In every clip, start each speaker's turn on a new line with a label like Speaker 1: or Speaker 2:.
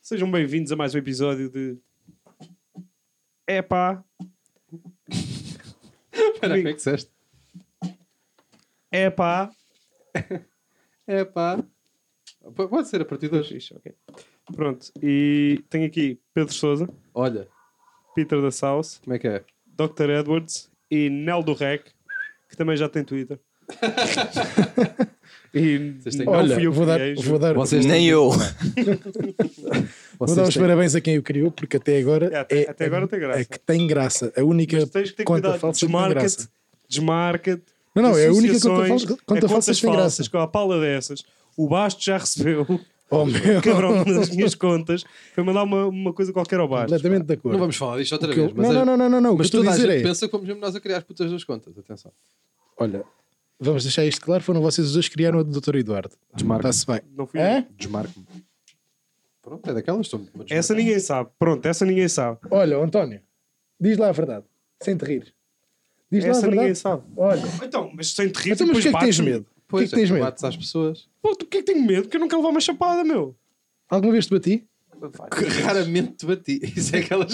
Speaker 1: Sejam bem-vindos a mais um episódio de. Epá,
Speaker 2: Espera, como é que disseste?
Speaker 1: epá.
Speaker 2: É pá. P- Pode ser a partir de hoje. Ixi, ok.
Speaker 1: Pronto, e tenho aqui Pedro Souza,
Speaker 2: Olha,
Speaker 1: Peter da South,
Speaker 2: como é que é?
Speaker 1: Dr. Edwards e Nel do Rec, que também já tem Twitter. e
Speaker 2: Vocês têm-
Speaker 1: não
Speaker 3: Olha,
Speaker 1: fui eu que
Speaker 3: vou dar,
Speaker 1: criei, juro.
Speaker 3: vou dar,
Speaker 4: Vocês nem eu.
Speaker 3: vou dar os
Speaker 2: Vocês têm-
Speaker 3: parabéns a quem o criou, porque até agora
Speaker 1: É, até-
Speaker 3: é,
Speaker 1: até agora tem graça.
Speaker 3: é que tem graça. A única
Speaker 1: Mas tens que ter
Speaker 3: conta
Speaker 1: cuidado,
Speaker 3: falsa que tem
Speaker 1: desmarca-te,
Speaker 3: graça.
Speaker 1: desmarca-te.
Speaker 3: Não, não, é a única conta,
Speaker 1: associações,
Speaker 3: falsa, conta
Speaker 1: é
Speaker 3: falsa
Speaker 1: contas
Speaker 3: que tem graça.
Speaker 1: falsas, com a pala dessas. O Basto já recebeu,
Speaker 3: Oh meu,
Speaker 1: cabrão, nas minhas contas, foi mandar uma, uma coisa qualquer ao Basto.
Speaker 3: completamente de acordo.
Speaker 2: Não vamos falar disto outra
Speaker 3: O que eu-
Speaker 2: vez. Mas
Speaker 3: não,
Speaker 2: é-
Speaker 3: não, não, não, não, não, o que
Speaker 2: Mas
Speaker 3: estou
Speaker 2: toda
Speaker 3: a
Speaker 2: a
Speaker 3: dizer
Speaker 2: gente
Speaker 3: é.
Speaker 2: pensa que fomos mesmo nós a criar as putas das contas. Atenção.
Speaker 3: Olha, vamos deixar isto claro: foram vocês os dois que criaram a do Dr. Eduardo.
Speaker 2: Desmarca.
Speaker 3: Está-se bem.
Speaker 1: Não fui eu.
Speaker 3: Hã?
Speaker 2: Desmarco-me. Pronto, é daquelas. Estou
Speaker 1: Essa ninguém sabe. Pronto, essa ninguém sabe.
Speaker 3: Olha, António, diz lá a verdade, sem te rir. Diz lá a
Speaker 1: Essa
Speaker 3: verdade.
Speaker 1: ninguém sabe.
Speaker 3: Olha,
Speaker 1: Então, mas sem te rir,
Speaker 3: então, mas
Speaker 1: depois
Speaker 3: porquê é que tens
Speaker 1: bates-me.
Speaker 3: medo? Porquê é
Speaker 2: Pois,
Speaker 3: que tens
Speaker 2: é,
Speaker 3: medo?
Speaker 2: bates às pessoas.
Speaker 1: Pô, tu porquê que tenho medo? Porque eu não quero levar uma chapada, meu.
Speaker 3: Alguma vez te bati?
Speaker 2: Que raramente te bati. Isso é aquelas.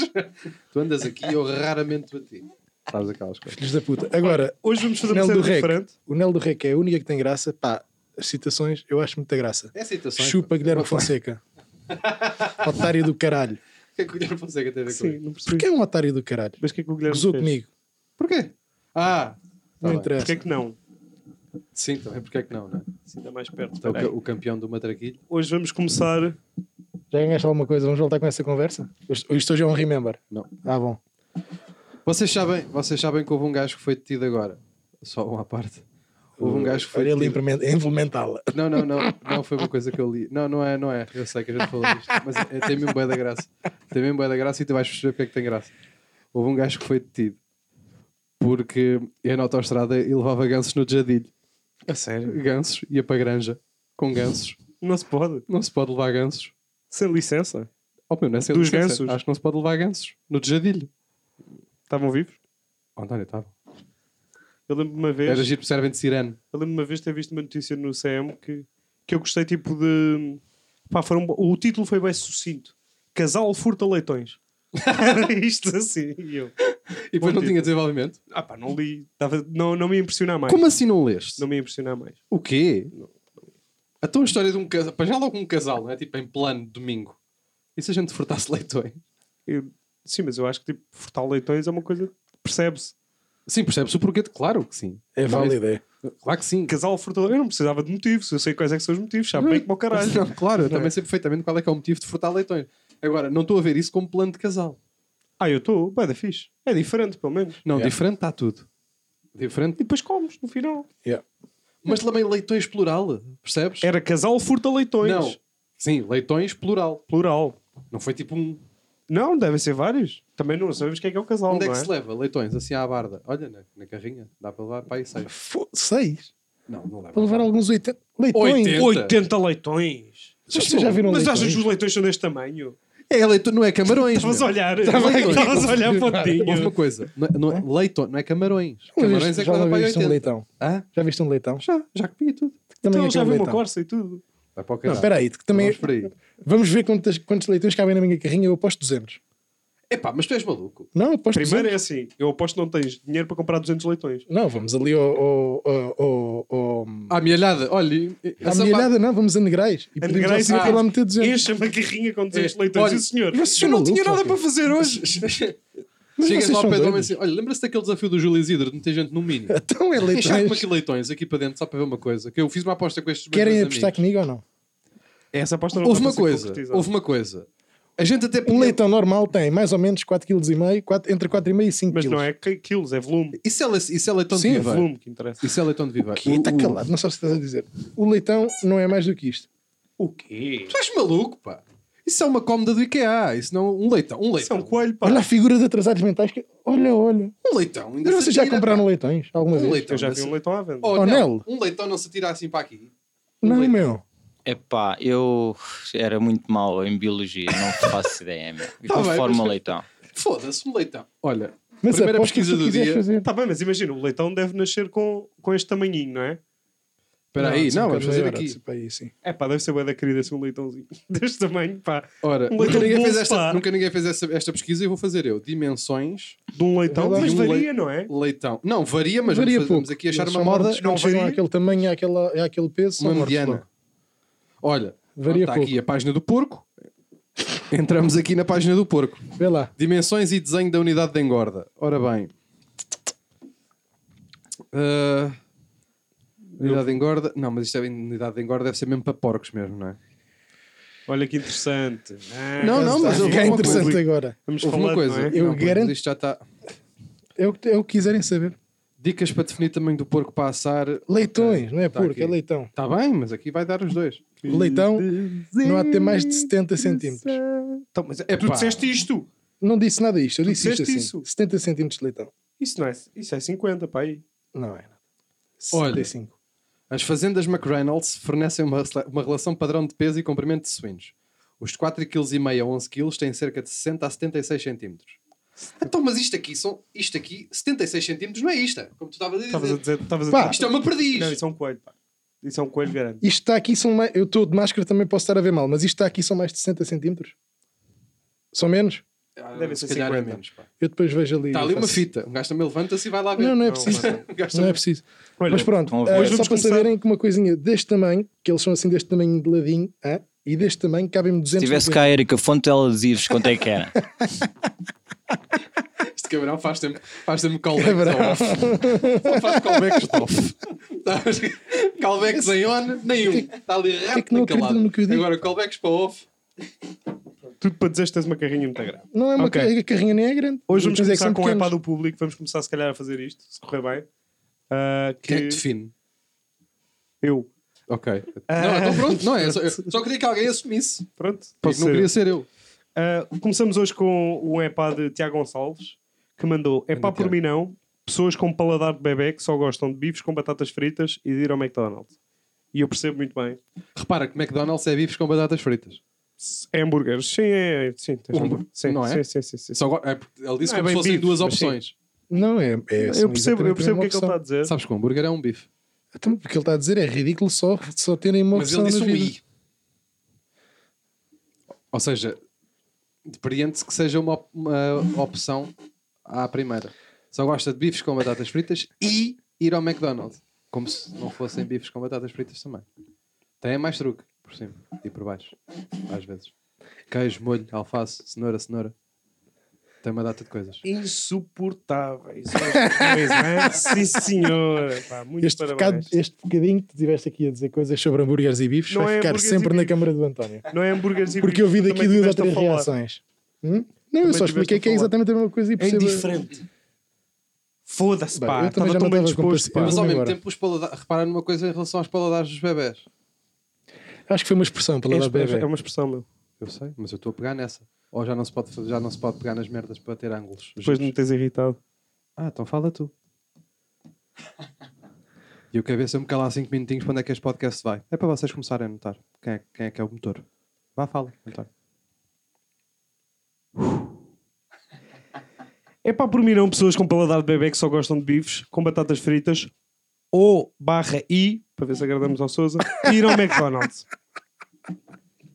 Speaker 2: tu andas aqui e eu raramente te bati. Sabes aquelas coisas.
Speaker 3: Filhos da puta. Agora,
Speaker 1: Hoje vamos fazer uma
Speaker 3: Nel do
Speaker 1: cena
Speaker 3: Rec.
Speaker 1: diferente.
Speaker 3: O Nel do Rec é a única que tem graça. Pá, as citações eu acho muita graça.
Speaker 2: É situações.
Speaker 3: Chupa Guilherme Fonseca. otário do caralho.
Speaker 2: O que é que o Guilherme Fonseca teve a ver com
Speaker 1: Sim,
Speaker 2: isso?
Speaker 1: não percebi.
Speaker 3: Porquê é um otário do caralho?
Speaker 1: Mas o que é que o Guilherme
Speaker 3: Gozou
Speaker 1: fez?
Speaker 3: comigo.
Speaker 2: Porquê? Ah! tá
Speaker 3: Não
Speaker 2: bem.
Speaker 3: interessa.
Speaker 1: Porquê é que não?
Speaker 2: Sim, também. Porquê que não, não é?
Speaker 1: Assim dá mais perto.
Speaker 3: É
Speaker 2: Então, o
Speaker 1: Espera aí.
Speaker 2: ca- o campeão do Matraquilho.
Speaker 1: Hoje vamos começar.
Speaker 3: Já ganhaste alguma coisa? Vamos voltar com essa conversa? Isto isto hoje é um remember.
Speaker 2: Não.
Speaker 3: Ah, bom.
Speaker 2: Vocês sabem, vocês sabem que houve um gajo que foi detido agora. Só uma à parte. Houve um gajo que foi
Speaker 3: Ele é
Speaker 2: detido.
Speaker 3: implementa- implementá-la.
Speaker 2: Não, não, não. Não foi uma coisa que eu li. Não, não é, não é. Eu sei que a gente falou disto. Mas é, tem mesmo boia da graça. Tem mesmo boia da graça e tu vais perceber porque é que tem graça. Houve um gajo que foi detido. Porque ia na autoestrada e levava gansos no jadilho.
Speaker 1: A sério?
Speaker 2: Gansos, ia para a granja. Com gansos.
Speaker 1: Não se pode.
Speaker 2: Não se pode levar gansos.
Speaker 1: Sem licença.
Speaker 2: Oh, meu, não é sem
Speaker 1: Dos
Speaker 2: licença.
Speaker 1: gansos?
Speaker 2: Acho que não se pode levar gansos. No jadilho.
Speaker 1: Estavam vivos?
Speaker 2: Oh, António, estava.
Speaker 1: Eu lembro-me uma vez.
Speaker 2: Era giro porque servem de sirene.
Speaker 1: Eu lembro-me uma vez de ter visto uma notícia no CM que, que eu gostei tipo de. Pá, foram, o título foi bem sucinto: Casal furta leitões. Era isto assim. E eu.
Speaker 2: E depois
Speaker 1: Bom
Speaker 2: não
Speaker 1: título.
Speaker 2: tinha desenvolvimento.
Speaker 1: Ah, pá, não li. Tava, não, não me ia impressionar mais.
Speaker 2: Como assim não leste?
Speaker 1: Não me ia impressionar mais.
Speaker 2: O quê? A tua história de um casal. Para já logo um casal, não é? Tipo em plano, domingo. E se a gente furtasse leitões?
Speaker 1: Eu- sim, mas eu acho que tipo, furtar leitões é uma coisa. Percebe-se.
Speaker 2: Sim, percebes o porquê? de- Claro que sim.
Speaker 3: É
Speaker 2: Não,
Speaker 3: válida. é.
Speaker 2: Claro que sim.
Speaker 1: Casal furta leitões. Eu não precisava de motivos. Eu sei quais é que são os motivos. Sabe bem como o caralho.
Speaker 2: Uhum. Não, claro, eu também sei perfeitamente qual é que é o motivo de furtar leitões. Agora, não estou a ver isso como plano de casal.
Speaker 1: Ah, eu estou. Bem, da fixe. É diferente, pelo menos.
Speaker 2: Não,
Speaker 3: Yeah.
Speaker 2: diferente está tudo.
Speaker 1: E
Speaker 2: Diferente.
Speaker 1: depois comes, no final.
Speaker 3: Yeah.
Speaker 2: Mas também leitões plural, percebes?
Speaker 1: Era casal furta É leitões.
Speaker 2: Não. Sim, leitões plural.
Speaker 1: Plural.
Speaker 2: Não foi tipo um.
Speaker 1: Não, devem ser vários. Também não sabemos quem é que é o casal.
Speaker 2: Onde é
Speaker 1: não
Speaker 2: que
Speaker 1: é?
Speaker 2: se leva leitões? Assim à barda. Olha, na, na carrinha. Dá para levar para aí seis.
Speaker 3: Fo- Seis?
Speaker 2: Não, não leva.
Speaker 3: Para levar alguns 80 leitões.
Speaker 2: 80.
Speaker 1: 80 leitões.
Speaker 3: Mas Vocês já viram um
Speaker 1: Mas
Speaker 3: leitões?
Speaker 1: achas que os leitões são deste tamanho?
Speaker 2: É leitão, não é camarões.
Speaker 1: Estavas a
Speaker 2: meu.
Speaker 1: olhar, estavas a olhar para o
Speaker 2: Houve uma
Speaker 1: tinho.
Speaker 2: coisa, não, é- não é, leitão, não é camarões.
Speaker 3: Já
Speaker 2: Camarões
Speaker 3: viste-
Speaker 2: é que
Speaker 3: já
Speaker 2: dá
Speaker 3: uma
Speaker 2: para
Speaker 3: vez viste um
Speaker 2: 80.
Speaker 3: leitão?
Speaker 2: Ah,
Speaker 3: Já viste um leitão?
Speaker 2: já, já comi tudo.
Speaker 3: Também
Speaker 1: Então
Speaker 3: é
Speaker 1: já
Speaker 3: aquele
Speaker 1: vi uma
Speaker 3: leitão.
Speaker 1: corça e tudo.
Speaker 2: Vai para o caralho.
Speaker 3: Não, espera aí, que também é-
Speaker 2: Vamos por aí.
Speaker 3: Vamos ver quantas, quantos leitões cabem na minha carrinha. Eu aposto 200.
Speaker 2: Epá, mas tu és maluco.
Speaker 3: Não, eu aposto
Speaker 1: Primeiro
Speaker 3: 200.
Speaker 1: é assim, eu aposto que não tens dinheiro para comprar 200 leitões.
Speaker 3: Não, vamos ali ao. ao, ao, ao, ao...
Speaker 2: À milhada, olha.
Speaker 3: À milhada, não, vamos a Negrais. E pedimos ao
Speaker 1: Negrais,
Speaker 3: senhor
Speaker 1: ah.
Speaker 3: para lá meter 200.
Speaker 1: Encha-me a carrinha com 200
Speaker 2: É,
Speaker 1: leitões.
Speaker 2: olha,
Speaker 1: Sim, senhor.
Speaker 3: vocês
Speaker 1: Eu não
Speaker 3: são
Speaker 1: tinha
Speaker 3: malucos,
Speaker 1: nada
Speaker 3: ok.
Speaker 1: para fazer hoje.
Speaker 3: Mas
Speaker 2: Chegas
Speaker 3: vocês
Speaker 2: lá ao
Speaker 3: são
Speaker 2: pé do homem
Speaker 3: doidos.
Speaker 2: assim, olha, lembra-se daquele desafio do Júlio Isidro de meter gente no mínimo?
Speaker 3: Então é
Speaker 2: Deixar-me
Speaker 3: leitões.
Speaker 2: aqui leitões aqui para dentro só para ver uma coisa. Que eu fiz uma aposta com estes meus
Speaker 3: Querem
Speaker 2: dois
Speaker 3: apostar
Speaker 2: amigos.
Speaker 3: comigo ou não?
Speaker 1: Essa aposta não
Speaker 2: Houve
Speaker 1: vai
Speaker 2: uma
Speaker 1: ser
Speaker 2: coisa,
Speaker 1: concretizada.
Speaker 2: houve uma coisa. A gente até
Speaker 3: Um
Speaker 2: podia-
Speaker 3: leitão normal tem mais ou menos 4,5 kg, entre 4,5 e 5 kg.
Speaker 1: Mas não é que- quilos, é volume.
Speaker 2: Isso é, le- isso é leitão
Speaker 3: Sim,
Speaker 2: de
Speaker 1: É
Speaker 2: viva.
Speaker 1: volume que interessa.
Speaker 2: Isso é leitão de viva.
Speaker 3: Que está calado, não sabes o que estás a dizer. O leitão não é mais do que isto.
Speaker 1: O quê?
Speaker 2: Tu és maluco, pá. Isso é uma cómoda do IKEA. Isso não um leitão. Um
Speaker 1: Isso é
Speaker 2: leitão.
Speaker 1: um coelho, pá.
Speaker 3: Olha a figura de atrasados mentais que. Olha, olha.
Speaker 2: Um leitão. Ainda
Speaker 3: Mas
Speaker 2: se
Speaker 3: vocês já
Speaker 2: tira,
Speaker 3: compraram
Speaker 2: pá.
Speaker 3: leitões alguma
Speaker 2: um
Speaker 3: vez?
Speaker 2: leitão.
Speaker 1: Eu já
Speaker 2: ainda
Speaker 1: vi
Speaker 2: se-
Speaker 1: um leitão à venda.
Speaker 2: Oh, não.
Speaker 3: Oh, Nel.
Speaker 2: Um leitão não se tira assim para aqui. Um
Speaker 3: Não,
Speaker 2: leitão.
Speaker 3: meu.
Speaker 4: Epá, eu era muito mau em biologia, não faço ideia, meu. E
Speaker 2: Tá bem,
Speaker 4: conforme
Speaker 2: mas-
Speaker 4: o leitão.
Speaker 2: Foda-se, um leitão. Olha,
Speaker 3: Mas
Speaker 2: primeira
Speaker 3: aposto que
Speaker 2: pesquisa
Speaker 3: se tu
Speaker 2: do
Speaker 3: quiseres
Speaker 2: dia.
Speaker 3: fazer.
Speaker 1: Tá bem, mas imagina, o leitão deve nascer com, com este tamanhinho, não é?
Speaker 2: Espera aí,
Speaker 3: sim, um
Speaker 2: não,
Speaker 3: bocado
Speaker 2: vamos fazer
Speaker 3: maior,
Speaker 2: aqui.
Speaker 3: tipo aí, sim.
Speaker 1: É pá, deve ser bem da querida assim um leitãozinho deste tamanho, pá.
Speaker 2: Ora,
Speaker 1: Um
Speaker 2: nunca
Speaker 1: leitão
Speaker 2: ninguém, fez
Speaker 1: bolso,
Speaker 2: esta,
Speaker 1: pá.
Speaker 2: nunca ninguém fez essa- esta pesquisa e eu vou fazer eu. Dimensões,
Speaker 1: De um leitão,
Speaker 2: verdade.
Speaker 1: mas
Speaker 2: De um
Speaker 1: varia, não é?
Speaker 2: leitão. Não, varia, mas
Speaker 3: Varia
Speaker 2: vamos, fazer,
Speaker 3: pouco.
Speaker 2: vamos aqui achar
Speaker 3: Eles
Speaker 2: uma
Speaker 3: são
Speaker 2: moda.
Speaker 3: mortos
Speaker 1: não
Speaker 3: quando chegam
Speaker 2: é
Speaker 1: varia.
Speaker 3: àquele tamanho, àquela, àquele peso, são
Speaker 2: uma
Speaker 3: mortos
Speaker 2: mediana.
Speaker 3: logo.
Speaker 2: Olha,
Speaker 3: Varia
Speaker 2: está
Speaker 3: pouco.
Speaker 2: aqui a página do porco. Entramos aqui na página do porco.
Speaker 3: Vê lá.
Speaker 2: Dimensões e desenho da unidade de engorda. Ora bem. Ah, unidade de engorda. Não, mas isto é unidade de engorda, deve ser mesmo para porcos mesmo, não é?
Speaker 1: Olha que interessante. Ah,
Speaker 2: Não, não, mas
Speaker 3: Está
Speaker 2: houve
Speaker 3: a ficar
Speaker 2: uma
Speaker 3: é interessante
Speaker 2: coisa.
Speaker 3: agora.
Speaker 1: Vamos
Speaker 2: Houve
Speaker 1: falar,
Speaker 2: uma coisa.
Speaker 1: não é?
Speaker 3: Eu
Speaker 2: Não, pois,
Speaker 3: garanto-
Speaker 2: Isto já está.
Speaker 3: É o, que- é o que quiserem saber.
Speaker 2: Dicas para definir tamanho do porco para assar.
Speaker 3: Leitões, não é
Speaker 2: Está
Speaker 3: porco,
Speaker 2: aqui.
Speaker 3: é leitão.
Speaker 2: Está bem, mas aqui vai dar os dois.
Speaker 3: Leitão não há de ter mais de 70 centímetros.
Speaker 1: Então, mas
Speaker 2: Epá.
Speaker 1: tu disseste isto.
Speaker 3: Não disse nada isto, eu disse isto
Speaker 1: disseste
Speaker 3: assim.
Speaker 1: isso.
Speaker 3: 70 centímetros de leitão.
Speaker 1: Isso não é, isso é 50, pá. aí.
Speaker 3: Não é.
Speaker 2: Olha.
Speaker 3: 75.
Speaker 2: As fazendas McReynolds fornecem uma, uma relação padrão de peso e comprimento de suínos. Os de 4,5 kg a 11 kg têm cerca de 60 a 76 cm. Então, mas isto aqui, são, isto aqui 76 cm não é isto, como tu estavas a
Speaker 1: Estavas a
Speaker 2: dizer.
Speaker 1: dizer. Estavas a
Speaker 3: Pá.
Speaker 1: dizer.
Speaker 2: Isto é uma perdiz.
Speaker 1: Não, isso é um coelho, pá. Isso é um coelho grande.
Speaker 3: Isto está aqui, são mais... eu estou de máscara, também posso estar a ver mal, mas isto está aqui, são mais de 60 centímetros. São menos?
Speaker 2: Ah,
Speaker 1: deve
Speaker 2: se
Speaker 1: ser
Speaker 2: calhar é
Speaker 1: 50.
Speaker 2: menos. pá.
Speaker 3: Eu depois vejo ali.
Speaker 2: Está
Speaker 3: eu
Speaker 2: ali uma
Speaker 3: faço-
Speaker 2: fita. Um gajo também levanta-se e vai lá ver.
Speaker 3: Não, não é
Speaker 1: Não,
Speaker 3: preciso.
Speaker 1: não,
Speaker 2: Um gajo
Speaker 3: Não é
Speaker 2: também-
Speaker 3: preciso.
Speaker 1: Olha,
Speaker 3: Mas pronto,
Speaker 4: vamos
Speaker 3: eh,
Speaker 4: ver. Hoje
Speaker 3: só para
Speaker 1: vamos começar.
Speaker 3: saberem que uma coisinha deste tamanho, que eles são assim deste tamanho de ladinho, hã? e deste tamanho cabem-me
Speaker 4: Se
Speaker 3: 200
Speaker 4: tivesse cá a Erika Fonte, ela dizia-vos quanto é que era.
Speaker 2: Este cabrão faz tempo faz tempo callbacks
Speaker 3: Cabrão.
Speaker 2: ao off. Só faz callbacks de off. Sabes? callbacks em on, nenhum. Está ali rápido
Speaker 3: que não
Speaker 2: e calado.
Speaker 3: acreditam no que eu digo?
Speaker 2: Agora callbacks para off.
Speaker 1: tudo para dizer que tens uma carrinha muito grande.
Speaker 3: Não é uma
Speaker 1: Ok.
Speaker 3: ca- a carrinha nem é grande.
Speaker 1: Hoje vamos
Speaker 3: Mas é que
Speaker 1: começar
Speaker 3: são
Speaker 1: com o epá
Speaker 3: pequenos.
Speaker 1: do público. Vamos começar, se calhar, a fazer isto, se correr bem. Ah, que
Speaker 2: Quem é que define?
Speaker 1: eu.
Speaker 2: Ok. Não, então pronto, não é. Eu Só, eu só queria que alguém assumisse.
Speaker 1: Pronto.
Speaker 2: Porque
Speaker 1: Isso é-
Speaker 2: não
Speaker 1: eu.
Speaker 2: queria ser eu.
Speaker 1: Uh, começamos hoje com um epá de Tiago Gonçalves que mandou epá
Speaker 2: Anda,
Speaker 1: por
Speaker 2: Tiago.
Speaker 1: mim não pessoas com paladar de bebê que só gostam de bifes com batatas fritas e de ir ao McDonald's e eu percebo muito bem
Speaker 2: Repara que McDonald's é bifes com batatas fritas.
Speaker 1: S- hambúrgueres sim é sim, tens
Speaker 2: Hambú-
Speaker 1: razão. sim
Speaker 2: não é?
Speaker 1: sim, sim, sim, sim.
Speaker 2: Só go- é porque ele disse
Speaker 1: Não, é
Speaker 2: como
Speaker 1: bem
Speaker 2: se fossem
Speaker 1: bife,
Speaker 2: duas
Speaker 1: mas sim.
Speaker 2: opções.
Speaker 3: Não, é. é
Speaker 1: eu percebo, eu percebo o que é que ele está a dizer
Speaker 2: Sabes que o hambúrguer é um bife.
Speaker 3: Então, o que ele está a dizer é ridículo só, só terem uma
Speaker 2: Mas ele disse
Speaker 3: opção na
Speaker 2: um
Speaker 3: vida.
Speaker 2: i. Ou seja, depreende-se que seja uma, op- uma opção à primeira. Só gosta de bifes com batatas fritas e ir ao McDonald's. Como se não fossem bifes com batatas fritas também. Tem mais truque por cima e por baixo. Às vezes. Queijo, molho, alface, cenoura, cenoura. Tem uma data de coisas.
Speaker 1: insuportáveis Pois é, sim senhora Pá, muito
Speaker 3: Este, é bocado,
Speaker 1: parabéns
Speaker 3: este bocadinho que tiveste aqui a dizer coisas sobre hambúrgueres e bifes
Speaker 1: Não
Speaker 3: vai
Speaker 1: é
Speaker 3: ficar
Speaker 1: hambúrgueres
Speaker 3: sempre
Speaker 1: e
Speaker 3: na
Speaker 1: bifes.
Speaker 3: câmara do António.
Speaker 1: não é hambúrgueres e
Speaker 3: Porque eu vi
Speaker 1: bifes,
Speaker 3: daqui
Speaker 1: também
Speaker 3: duas ou
Speaker 1: tiveste a
Speaker 3: três
Speaker 1: falar.
Speaker 3: reações. Hum? Não, eu
Speaker 1: Também
Speaker 3: só
Speaker 1: tiveste
Speaker 3: expliquei
Speaker 1: a
Speaker 3: que é
Speaker 1: falar.
Speaker 3: exatamente a mesma coisa e
Speaker 1: é
Speaker 3: percebo.
Speaker 1: indiferente foda-se
Speaker 3: Bem,
Speaker 1: pá
Speaker 3: eu também
Speaker 1: estava
Speaker 3: já
Speaker 1: tão
Speaker 3: não
Speaker 1: bem
Speaker 3: estava com
Speaker 1: disposto pá.
Speaker 3: paciência.
Speaker 2: Mas ao mesmo
Speaker 3: agora.
Speaker 2: tempo, os palada- repara numa coisa em relação aos paladares dos bebés.
Speaker 3: Acho que foi uma expressão para lá
Speaker 1: é
Speaker 3: bebê.
Speaker 1: uma expressão meu
Speaker 2: Eu sei, mas eu estou a pegar nessa. Ou já não se pode, fazer- já não se pode pegar nas merdas para ter ângulos.
Speaker 1: depois de me tens irritado
Speaker 2: Ah, então fala tu. E eu quero ver se eu me calar 5 minutinhos para onde é que este podcast vai. É para vocês começarem a notar quem é, quem é que é o motor. Vá, fala, António.
Speaker 1: É pá, por mim não, pessoas com paladar de bebê que só gostam de bifes, com batatas fritas, ou barra I, para ver se agradamos ao Sousa, e ir ao McDonald's.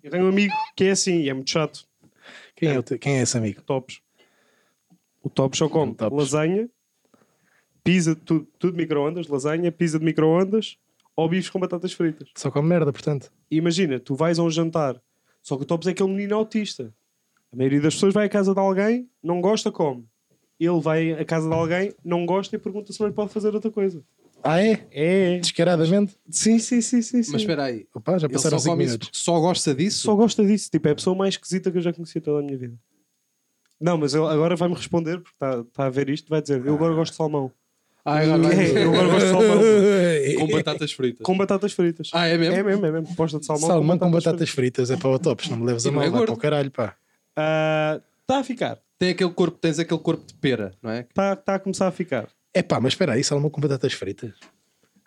Speaker 1: Eu tenho um amigo que é assim, e é muito chato,
Speaker 3: Quem é, o teu- quem é esse amigo?
Speaker 1: tops. O tops só come
Speaker 3: Topos.
Speaker 1: lasanha, pizza, tudo, tudo de micro-ondas, lasanha, pizza de micro-ondas, ou bifes com batatas fritas.
Speaker 3: Só com merda, portanto.
Speaker 1: E imagina, tu vais a um jantar, só que o Tops é aquele menino autista. A maioria das pessoas vai à casa de alguém, não gosta, come. Ele vai à casa de alguém, não gosta e pergunta se não lhe pode fazer outra coisa.
Speaker 3: Ah, é?
Speaker 1: É, é.
Speaker 3: Descaradamente?
Speaker 1: Sim, sim, sim, sim. sim.
Speaker 2: Mas espera aí.
Speaker 3: Opa, já
Speaker 2: Ele
Speaker 3: passaram
Speaker 2: só
Speaker 3: 5
Speaker 2: come isso
Speaker 3: minutos.
Speaker 2: porque só gosta disso?
Speaker 1: Só gosta disso. Tipo, é a pessoa mais esquisita que eu já conheci toda a minha vida. Não, mas ele agora vai-me responder, porque está está a ver isto, vai dizer, eu agora gosto de salmão.
Speaker 2: Ah, agora vai.
Speaker 1: É, eu agora gosto de salmão
Speaker 3: É.
Speaker 2: Com batatas fritas.
Speaker 1: com batatas fritas.
Speaker 2: Ah, é mesmo?
Speaker 1: É mesmo, é mesmo. Posta de salmão,
Speaker 3: Salmão com batatas fritas é para o tops, não me leves
Speaker 2: E
Speaker 3: a
Speaker 2: não
Speaker 3: mal,
Speaker 2: é
Speaker 3: vai para
Speaker 2: gordo.
Speaker 3: o caralho,
Speaker 1: Está
Speaker 3: pá.
Speaker 1: Ah, tá a ficar.
Speaker 2: Tem aquele corpo, tens aquele corpo de pera, não é?
Speaker 1: Está a começar a ficar.
Speaker 3: É pá, mas espera aí, salmão com batatas fritas.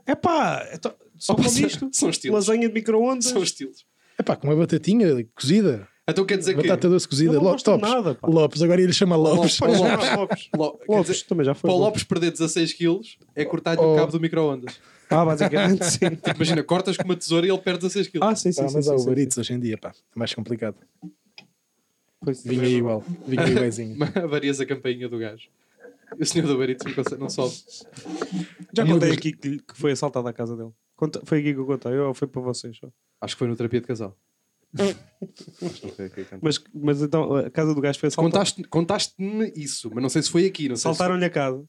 Speaker 1: É pá, então, só
Speaker 2: Opa,
Speaker 1: como
Speaker 2: são-
Speaker 1: isto.
Speaker 2: são estilos.
Speaker 1: Lasanha de micro-ondas.
Speaker 2: São estilos.
Speaker 3: É pá, com uma batatinha cozida,
Speaker 2: Então quer dizer que...
Speaker 3: batata doce
Speaker 1: Eu
Speaker 3: cozida,
Speaker 1: não
Speaker 3: Lo-
Speaker 1: gosto de
Speaker 3: tops.
Speaker 1: nada, pá.
Speaker 3: Lopes, agora ele chama Lopes.
Speaker 2: Lopes.
Speaker 1: Lopes.
Speaker 2: Lo- quer
Speaker 1: Lopes
Speaker 2: dizer,
Speaker 1: também já foi.
Speaker 2: Para o Lopes perder 16 quilos é cortar-lhe o
Speaker 3: Oh.
Speaker 2: cabo do micro-ondas.
Speaker 1: Ah, basicamente, sim.
Speaker 2: Imagina, cortas com uma tesoura e ele perde 16 quilos.
Speaker 1: Ah, sim, sim.
Speaker 3: Pá,
Speaker 1: sim,
Speaker 3: mas
Speaker 1: sim,
Speaker 3: há
Speaker 1: sim,
Speaker 3: Uber
Speaker 1: sim.
Speaker 3: Eats hoje em dia, pá. É mais complicado.
Speaker 1: Pois, é.
Speaker 3: Vinha
Speaker 1: também.
Speaker 3: igual. Vinha igualzinho.
Speaker 2: Avarias a campainha do gajo. E o senhor do Barito não, consegue- não sobe.
Speaker 1: Já
Speaker 2: É
Speaker 3: Em
Speaker 1: contei
Speaker 3: Uber.
Speaker 1: aqui que, que foi assaltado à casa dele. Conta- foi aqui que eu contei, ou foi para vocês? ó.
Speaker 2: Acho que foi no terapia de casal. Acho que não foi aqui, então.
Speaker 1: Mas, mas então, a casa do gajo foi assaltada.
Speaker 2: Contaste- Contaste-me isso, mas não sei se foi aqui. Não sei se-
Speaker 1: Saltaram-lhe a casa,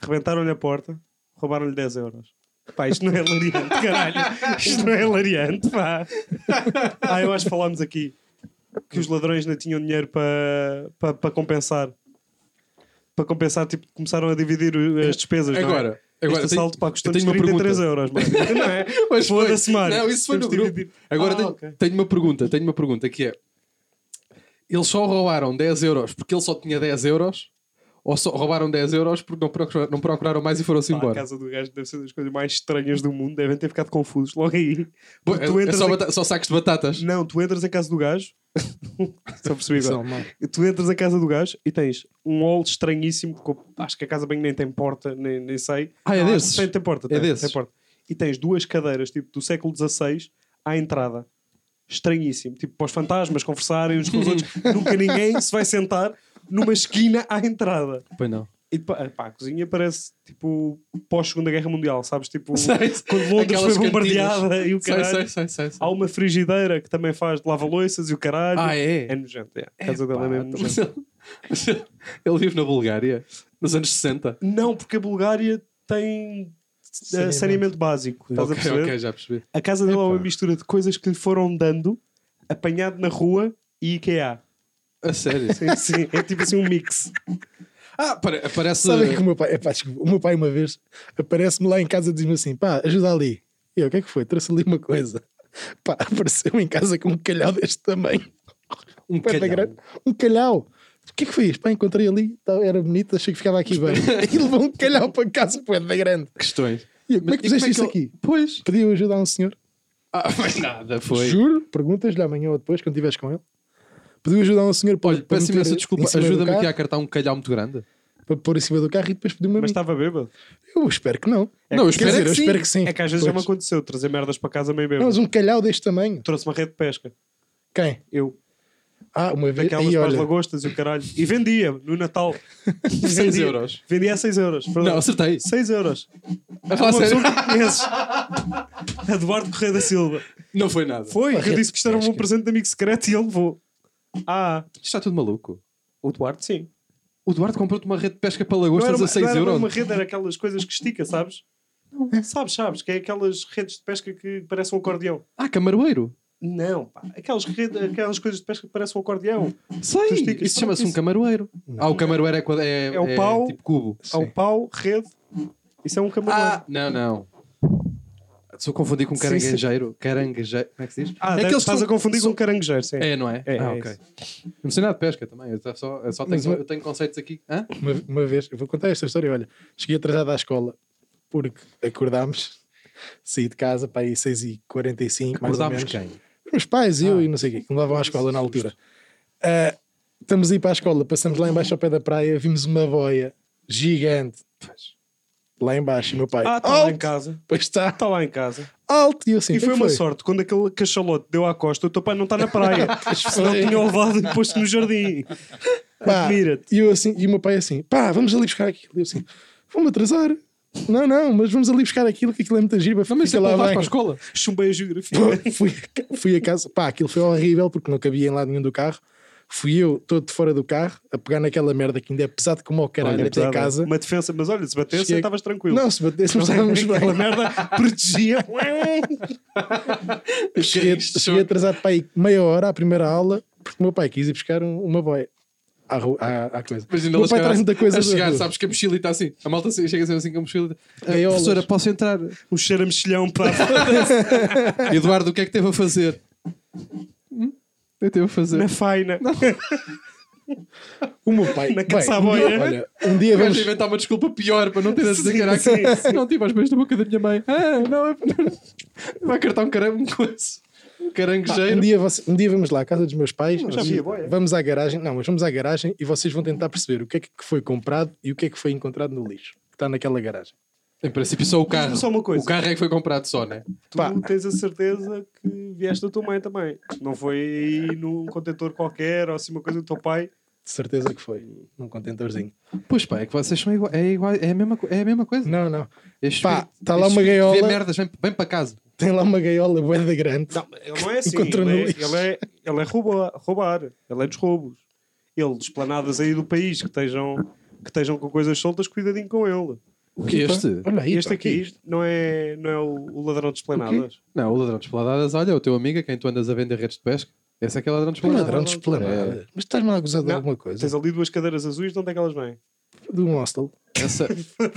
Speaker 1: rebentaram-lhe a porta, roubaram-lhe 10 euros. Pá, isto não é hilariante, caralho. Isto não é hilariante, pá. Ah, eu acho que falámos aqui que os ladrões não tinham dinheiro para para para compensar. Para compensar, tipo, começaram a dividir o- as despesas. não é?
Speaker 2: Agora, agora
Speaker 1: este
Speaker 2: tenho-
Speaker 1: assalto, pá,
Speaker 2: eu
Speaker 1: custou-nos
Speaker 2: tenho uma pergunta.
Speaker 1: 33 euros, mano. Não é?
Speaker 2: Mas foi.
Speaker 1: Foda-se, Mário.
Speaker 2: Não, isso foi no
Speaker 1: Temos
Speaker 2: grupo.
Speaker 1: de dividir.
Speaker 2: Agora
Speaker 1: Ah,
Speaker 2: tenho,
Speaker 1: ok.
Speaker 2: tenho uma pergunta, tenho uma pergunta que é: eles só roubaram 10 euros porque ele só tinha 10 euros? Ou só roubaram 10 euros porque não procuraram, não procuraram mais e foram-se
Speaker 1: Pá, a
Speaker 2: embora?
Speaker 1: casa do gajo deve ser das coisas mais estranhas do mundo. Devem ter ficado confusos logo aí.
Speaker 2: Bo-
Speaker 1: Porque tu
Speaker 2: é, é
Speaker 1: entras
Speaker 2: só,
Speaker 1: em-
Speaker 2: bata- só sacos de batatas.
Speaker 1: Não, tu entras em casa do gajo. Só percebi
Speaker 2: é
Speaker 1: agora.
Speaker 3: São, mal.
Speaker 1: Tu entras na casa do gajo e tens um hall estranhíssimo. com- acho que a casa bem nem tem porta, nem, nem sei.
Speaker 2: Ah, é
Speaker 1: Não,
Speaker 2: desses?
Speaker 1: Tem, tem porta.
Speaker 2: É
Speaker 1: tem,
Speaker 2: desses?
Speaker 1: tem porta. E tens duas cadeiras, tipo, do século XVI à entrada. Estranhíssimo. Tipo, para os fantasmas conversarem uns com os outros. Nunca ninguém se vai sentar numa esquina à entrada.
Speaker 2: Pois não.
Speaker 1: E pá, é, pá, a cozinha parece, tipo, pós-segunda guerra mundial, sabes? Tipo,
Speaker 2: Sei.
Speaker 1: quando Londres
Speaker 2: Aquelas
Speaker 1: foi
Speaker 2: cantinas.
Speaker 1: bombardeada e o
Speaker 2: Sei,
Speaker 1: caralho.
Speaker 2: sei, sei, sei, sei.
Speaker 1: Há uma frigideira que também faz de lava-loiças e o caralho.
Speaker 2: Ah, é?
Speaker 1: É nojento, é. A casa dela
Speaker 2: Pá,
Speaker 1: é mesmo nojento.
Speaker 2: mas ele- mas ele- ele vive na Bulgária nos anos 60.
Speaker 1: Não, porque a Bulgária tem eh,
Speaker 3: Saneamento.
Speaker 1: saneamento básico. Estás a
Speaker 2: Ok,
Speaker 1: perceber?
Speaker 2: ok, já percebi.
Speaker 1: A casa dela é uma
Speaker 2: Epá.
Speaker 1: mistura de coisas que lhe foram dando, apanhado na rua e IKEA.
Speaker 2: A sério.
Speaker 1: Sim, sim, é tipo assim um mix.
Speaker 2: Ah, pare- parece.
Speaker 3: Sabem que o meu pai, epá, desculpa, o meu pai uma vez aparece-me lá em casa e diz-me assim: pá, ajuda ali. E eu, o que é que foi? Trouxe ali uma coisa. Pá, apareceu em casa com um calhau deste tamanho.
Speaker 2: um
Speaker 3: Bué da
Speaker 2: calhão.
Speaker 3: grande. Um calhau. O que é que foi isto? Pá, encontrei ali, tá- era bonito, achei que ficava aqui bem. E levou um calhau para casa, pô, da grande.
Speaker 2: Questões.
Speaker 3: E eu, como é que
Speaker 2: Mas- e
Speaker 3: fizeste isto
Speaker 2: ele-
Speaker 3: aqui?
Speaker 2: Pois.
Speaker 3: Pediu ajuda a um senhor.
Speaker 2: Ah, mas nada, foi.
Speaker 3: Juro, perguntas-lhe amanhã ou depois, quando estiveres com ele. Pediu ajuda a um senhor para,
Speaker 2: Olha,
Speaker 3: para
Speaker 2: peço
Speaker 3: meter
Speaker 2: imensa
Speaker 3: em
Speaker 2: desculpa,
Speaker 3: cima do
Speaker 2: ajuda-me aqui a
Speaker 3: carro,
Speaker 2: acartar um calhau muito grande.
Speaker 3: Para pôr em cima do carro e depois pediu-me a
Speaker 1: Mas
Speaker 3: mim.
Speaker 1: estava bêbado.
Speaker 3: Eu espero que não.
Speaker 2: não, tá. eu
Speaker 3: Quer
Speaker 2: espero
Speaker 3: dizer,
Speaker 2: que
Speaker 3: eu
Speaker 2: sim.
Speaker 3: espero que sim.
Speaker 1: É que às vezes já me
Speaker 3: Pois.
Speaker 1: aconteceu trazer merdas para casa meio
Speaker 3: Não,
Speaker 1: bêbado.
Speaker 3: mas um calhau deste tamanho.
Speaker 1: Trouxe uma rede de pesca.
Speaker 3: Quem?
Speaker 1: Eu,
Speaker 3: Ah, uma vez.
Speaker 1: daquelas
Speaker 3: Aí,
Speaker 1: para as
Speaker 3: olha,
Speaker 1: lagostas e o caralho. E vendia no Natal.
Speaker 2: 6
Speaker 1: Vendia-
Speaker 2: euros.
Speaker 1: Vendia a 6 euros.
Speaker 2: Não, acertei.
Speaker 1: 6 euros.
Speaker 2: A
Speaker 1: Uma
Speaker 2: falar
Speaker 1: pessoa
Speaker 2: sério.
Speaker 1: que conheces. Eduardo Correia da Silva.
Speaker 2: Não foi nada.
Speaker 1: Foi,
Speaker 3: Uma
Speaker 1: eu disse que isto era um
Speaker 3: rede de
Speaker 2: é.
Speaker 1: bom presente de amigo secreto e ele levou. Ah,
Speaker 2: Isto está tudo maluco.
Speaker 1: o Duarte, sim.
Speaker 2: O Duarte comprou-te uma rede de pesca para
Speaker 1: Não era,
Speaker 2: lagostas
Speaker 1: uma,
Speaker 2: a 6
Speaker 1: não era
Speaker 2: euros.
Speaker 1: uma rede, era aquelas coisas que estica, sabes? Sabes, sabes, que é aquelas redes de pesca que parecem um acordeão.
Speaker 2: Ah, camaroeiro.
Speaker 1: Não, pá, aquelas, rede, aquelas coisas de pesca que parecem um acordeão. Tu
Speaker 2: Sei.
Speaker 1: esticas-
Speaker 2: Isso chama-se um
Speaker 1: isso-
Speaker 2: camaroeiro.
Speaker 3: Não.
Speaker 2: Ah, o camaroeiro é, quadra- é,
Speaker 1: É o pau.
Speaker 2: tipo cubo.
Speaker 1: Há um pau, rede, isso é um camarão.
Speaker 2: Ah, não, não. Estou a confundir com
Speaker 1: Sim,
Speaker 2: caranguejeiro. Caranguejeiro. Como é que se diz?
Speaker 1: Ah,
Speaker 2: É
Speaker 1: deve-
Speaker 2: aqueles que
Speaker 1: estás
Speaker 2: são-
Speaker 1: a confundir
Speaker 2: são-
Speaker 1: com um caranguejeiro, sim.
Speaker 2: É, não é?
Speaker 1: É,
Speaker 2: ah,
Speaker 1: é
Speaker 2: ok.
Speaker 1: isso.
Speaker 2: Eu não sei nada de pesca também. Eu só, eu só tenho,
Speaker 3: Mas uma-
Speaker 2: eu tenho conceitos aqui. Hã?
Speaker 3: uma, uma vez, eu vou contar esta história. Olha, cheguei atrasado à escola porque acordámos, saí de casa para aí 6h45, mais ou
Speaker 2: Acordámos
Speaker 3: menos.
Speaker 2: quem?
Speaker 3: Os meus pais,
Speaker 1: Ah.
Speaker 3: eu e não sei o quê, que me levavam à escola na altura. Ah, estamos a ir para a escola, passamos lá embaixo ao pé da praia, vimos uma boia gigante. Lá embaixo, e meu pai.
Speaker 1: Ah, está lá em
Speaker 3: alto,
Speaker 1: casa.
Speaker 3: pois está,
Speaker 1: Está lá em casa.
Speaker 3: alto. E eu assim,
Speaker 1: e
Speaker 3: "O que
Speaker 1: foi
Speaker 3: é que
Speaker 1: uma sorte, quando aquele cachalote deu à costa, o teu pai não está na praia. Senão
Speaker 3: foi.
Speaker 1: tinha levado e posto no jardim.
Speaker 3: Pá,
Speaker 1: Admira-te.
Speaker 3: E, eu assim, e o meu pai assim, pá, vamos ali buscar aquilo. E eu assim, vamos atrasar. Não, não, mas vamos ali buscar aquilo, que aquilo é muita giba.
Speaker 2: Não, mas
Speaker 3: fica
Speaker 2: sempre
Speaker 3: lá
Speaker 2: lá vais
Speaker 3: bem."
Speaker 2: para a escola.
Speaker 1: Chumbei a geografia.
Speaker 3: Pô, fui, fui a casa, pá, aquilo foi horrível porque não cabia em lado nenhum do carro. Fui eu, todo fora do carro, a pegar naquela merda que ainda é pesado como o caralho
Speaker 1: Olha,
Speaker 3: até
Speaker 1: pesado.
Speaker 3: a casa.
Speaker 1: Uma defensa, mas olha, se batesse,
Speaker 3: Cheguei-
Speaker 1: estavas tranquilo.
Speaker 3: Não, se batêssemos, estávamos
Speaker 1: Aquela
Speaker 3: bem.
Speaker 1: merda protegia.
Speaker 3: Cheguei, cheguei atrasado para aí meia hora à primeira aula porque o meu pai quis ir buscar um- uma boia à, rua- à, à coisa.
Speaker 2: Imagina
Speaker 3: o meu
Speaker 2: elas
Speaker 3: pai
Speaker 2: chegar-
Speaker 3: traz muita coisa.
Speaker 2: a
Speaker 3: da
Speaker 2: chegar,
Speaker 3: rua.
Speaker 2: sabes que a mochila está assim. A malta se- chega sempre assim com a mochila. Ah,
Speaker 3: Gaiolas.
Speaker 2: professora, posso entrar?
Speaker 1: um cheiro a mexilhão, pá.
Speaker 2: Eduardo, o que é que teve a fazer? Hum? Eu teve a fazer.
Speaker 1: na faina.
Speaker 3: O meu pai.
Speaker 1: Na
Speaker 3: bem,
Speaker 1: caça à
Speaker 3: um dia-
Speaker 1: boia.
Speaker 3: Olha, um dia
Speaker 2: Eu
Speaker 3: vamos.
Speaker 2: vais inventar uma desculpa pior para não ter a dizer
Speaker 1: Sim,
Speaker 2: que era
Speaker 1: sim,
Speaker 2: aquilo. Não tipo, tive as beijos na boca da minha mãe. Ah, não, é... vai cartar um carango com isso. Um
Speaker 3: Pá, um,
Speaker 2: caranguejeiro.
Speaker 3: dia você- um dia vamos lá à casa dos meus pais.
Speaker 1: já vi a boia.
Speaker 3: Vamos à garagem. Não, mas vamos à garagem e vocês vão tentar perceber o que é que foi comprado e o que é que foi encontrado no lixo que está naquela garagem.
Speaker 2: Em princípio, só o carro.
Speaker 1: Diz-me só uma coisa.
Speaker 2: O carro é que foi comprado só, né?
Speaker 1: Tu
Speaker 3: Pá.
Speaker 1: tens a certeza que vieste da tua mãe também. Não foi aí num contentor qualquer ou assim uma coisa do teu pai.
Speaker 3: De certeza que foi. Num contentorzinho.
Speaker 2: Pois pá, é que vocês são iguais. É, igual, é, a, mesma, co- é a mesma coisa.
Speaker 3: Não, não.
Speaker 2: Este
Speaker 3: Pá,
Speaker 2: espírito-
Speaker 3: tá lá
Speaker 2: este
Speaker 3: uma
Speaker 2: espírito vê
Speaker 3: gaiola.
Speaker 2: merdas, vem, vem para casa.
Speaker 3: Tem lá uma gaiola boeda grande.
Speaker 1: Não, ele não é assim.
Speaker 3: Encontrou
Speaker 1: Ele é,
Speaker 3: no lixo.
Speaker 1: ele é, ele é rouba- roubar, Ele é dos roubos. Ele, desplanadas aí do país que estejam, que estejam com coisas soltas, cuidadinho com ele.
Speaker 2: O que é este?
Speaker 3: Olha aí.
Speaker 1: este
Speaker 3: pá,
Speaker 1: aqui não é, não é o, o ladrão de esplanadas.
Speaker 2: Não, o ladrão de espaladadas, olha, o teu amigo a quem tu andas a vender redes de pesca. Esse é que é ladrão de
Speaker 3: Um
Speaker 2: espaladadas.
Speaker 3: ladrão de esplanada. Mas estás mal a gozar de
Speaker 1: Não,
Speaker 3: alguma coisa?
Speaker 1: Tens ali duas cadeiras azuis, de onde é que elas vêm?
Speaker 3: De um hostel. O
Speaker 2: É. Essa...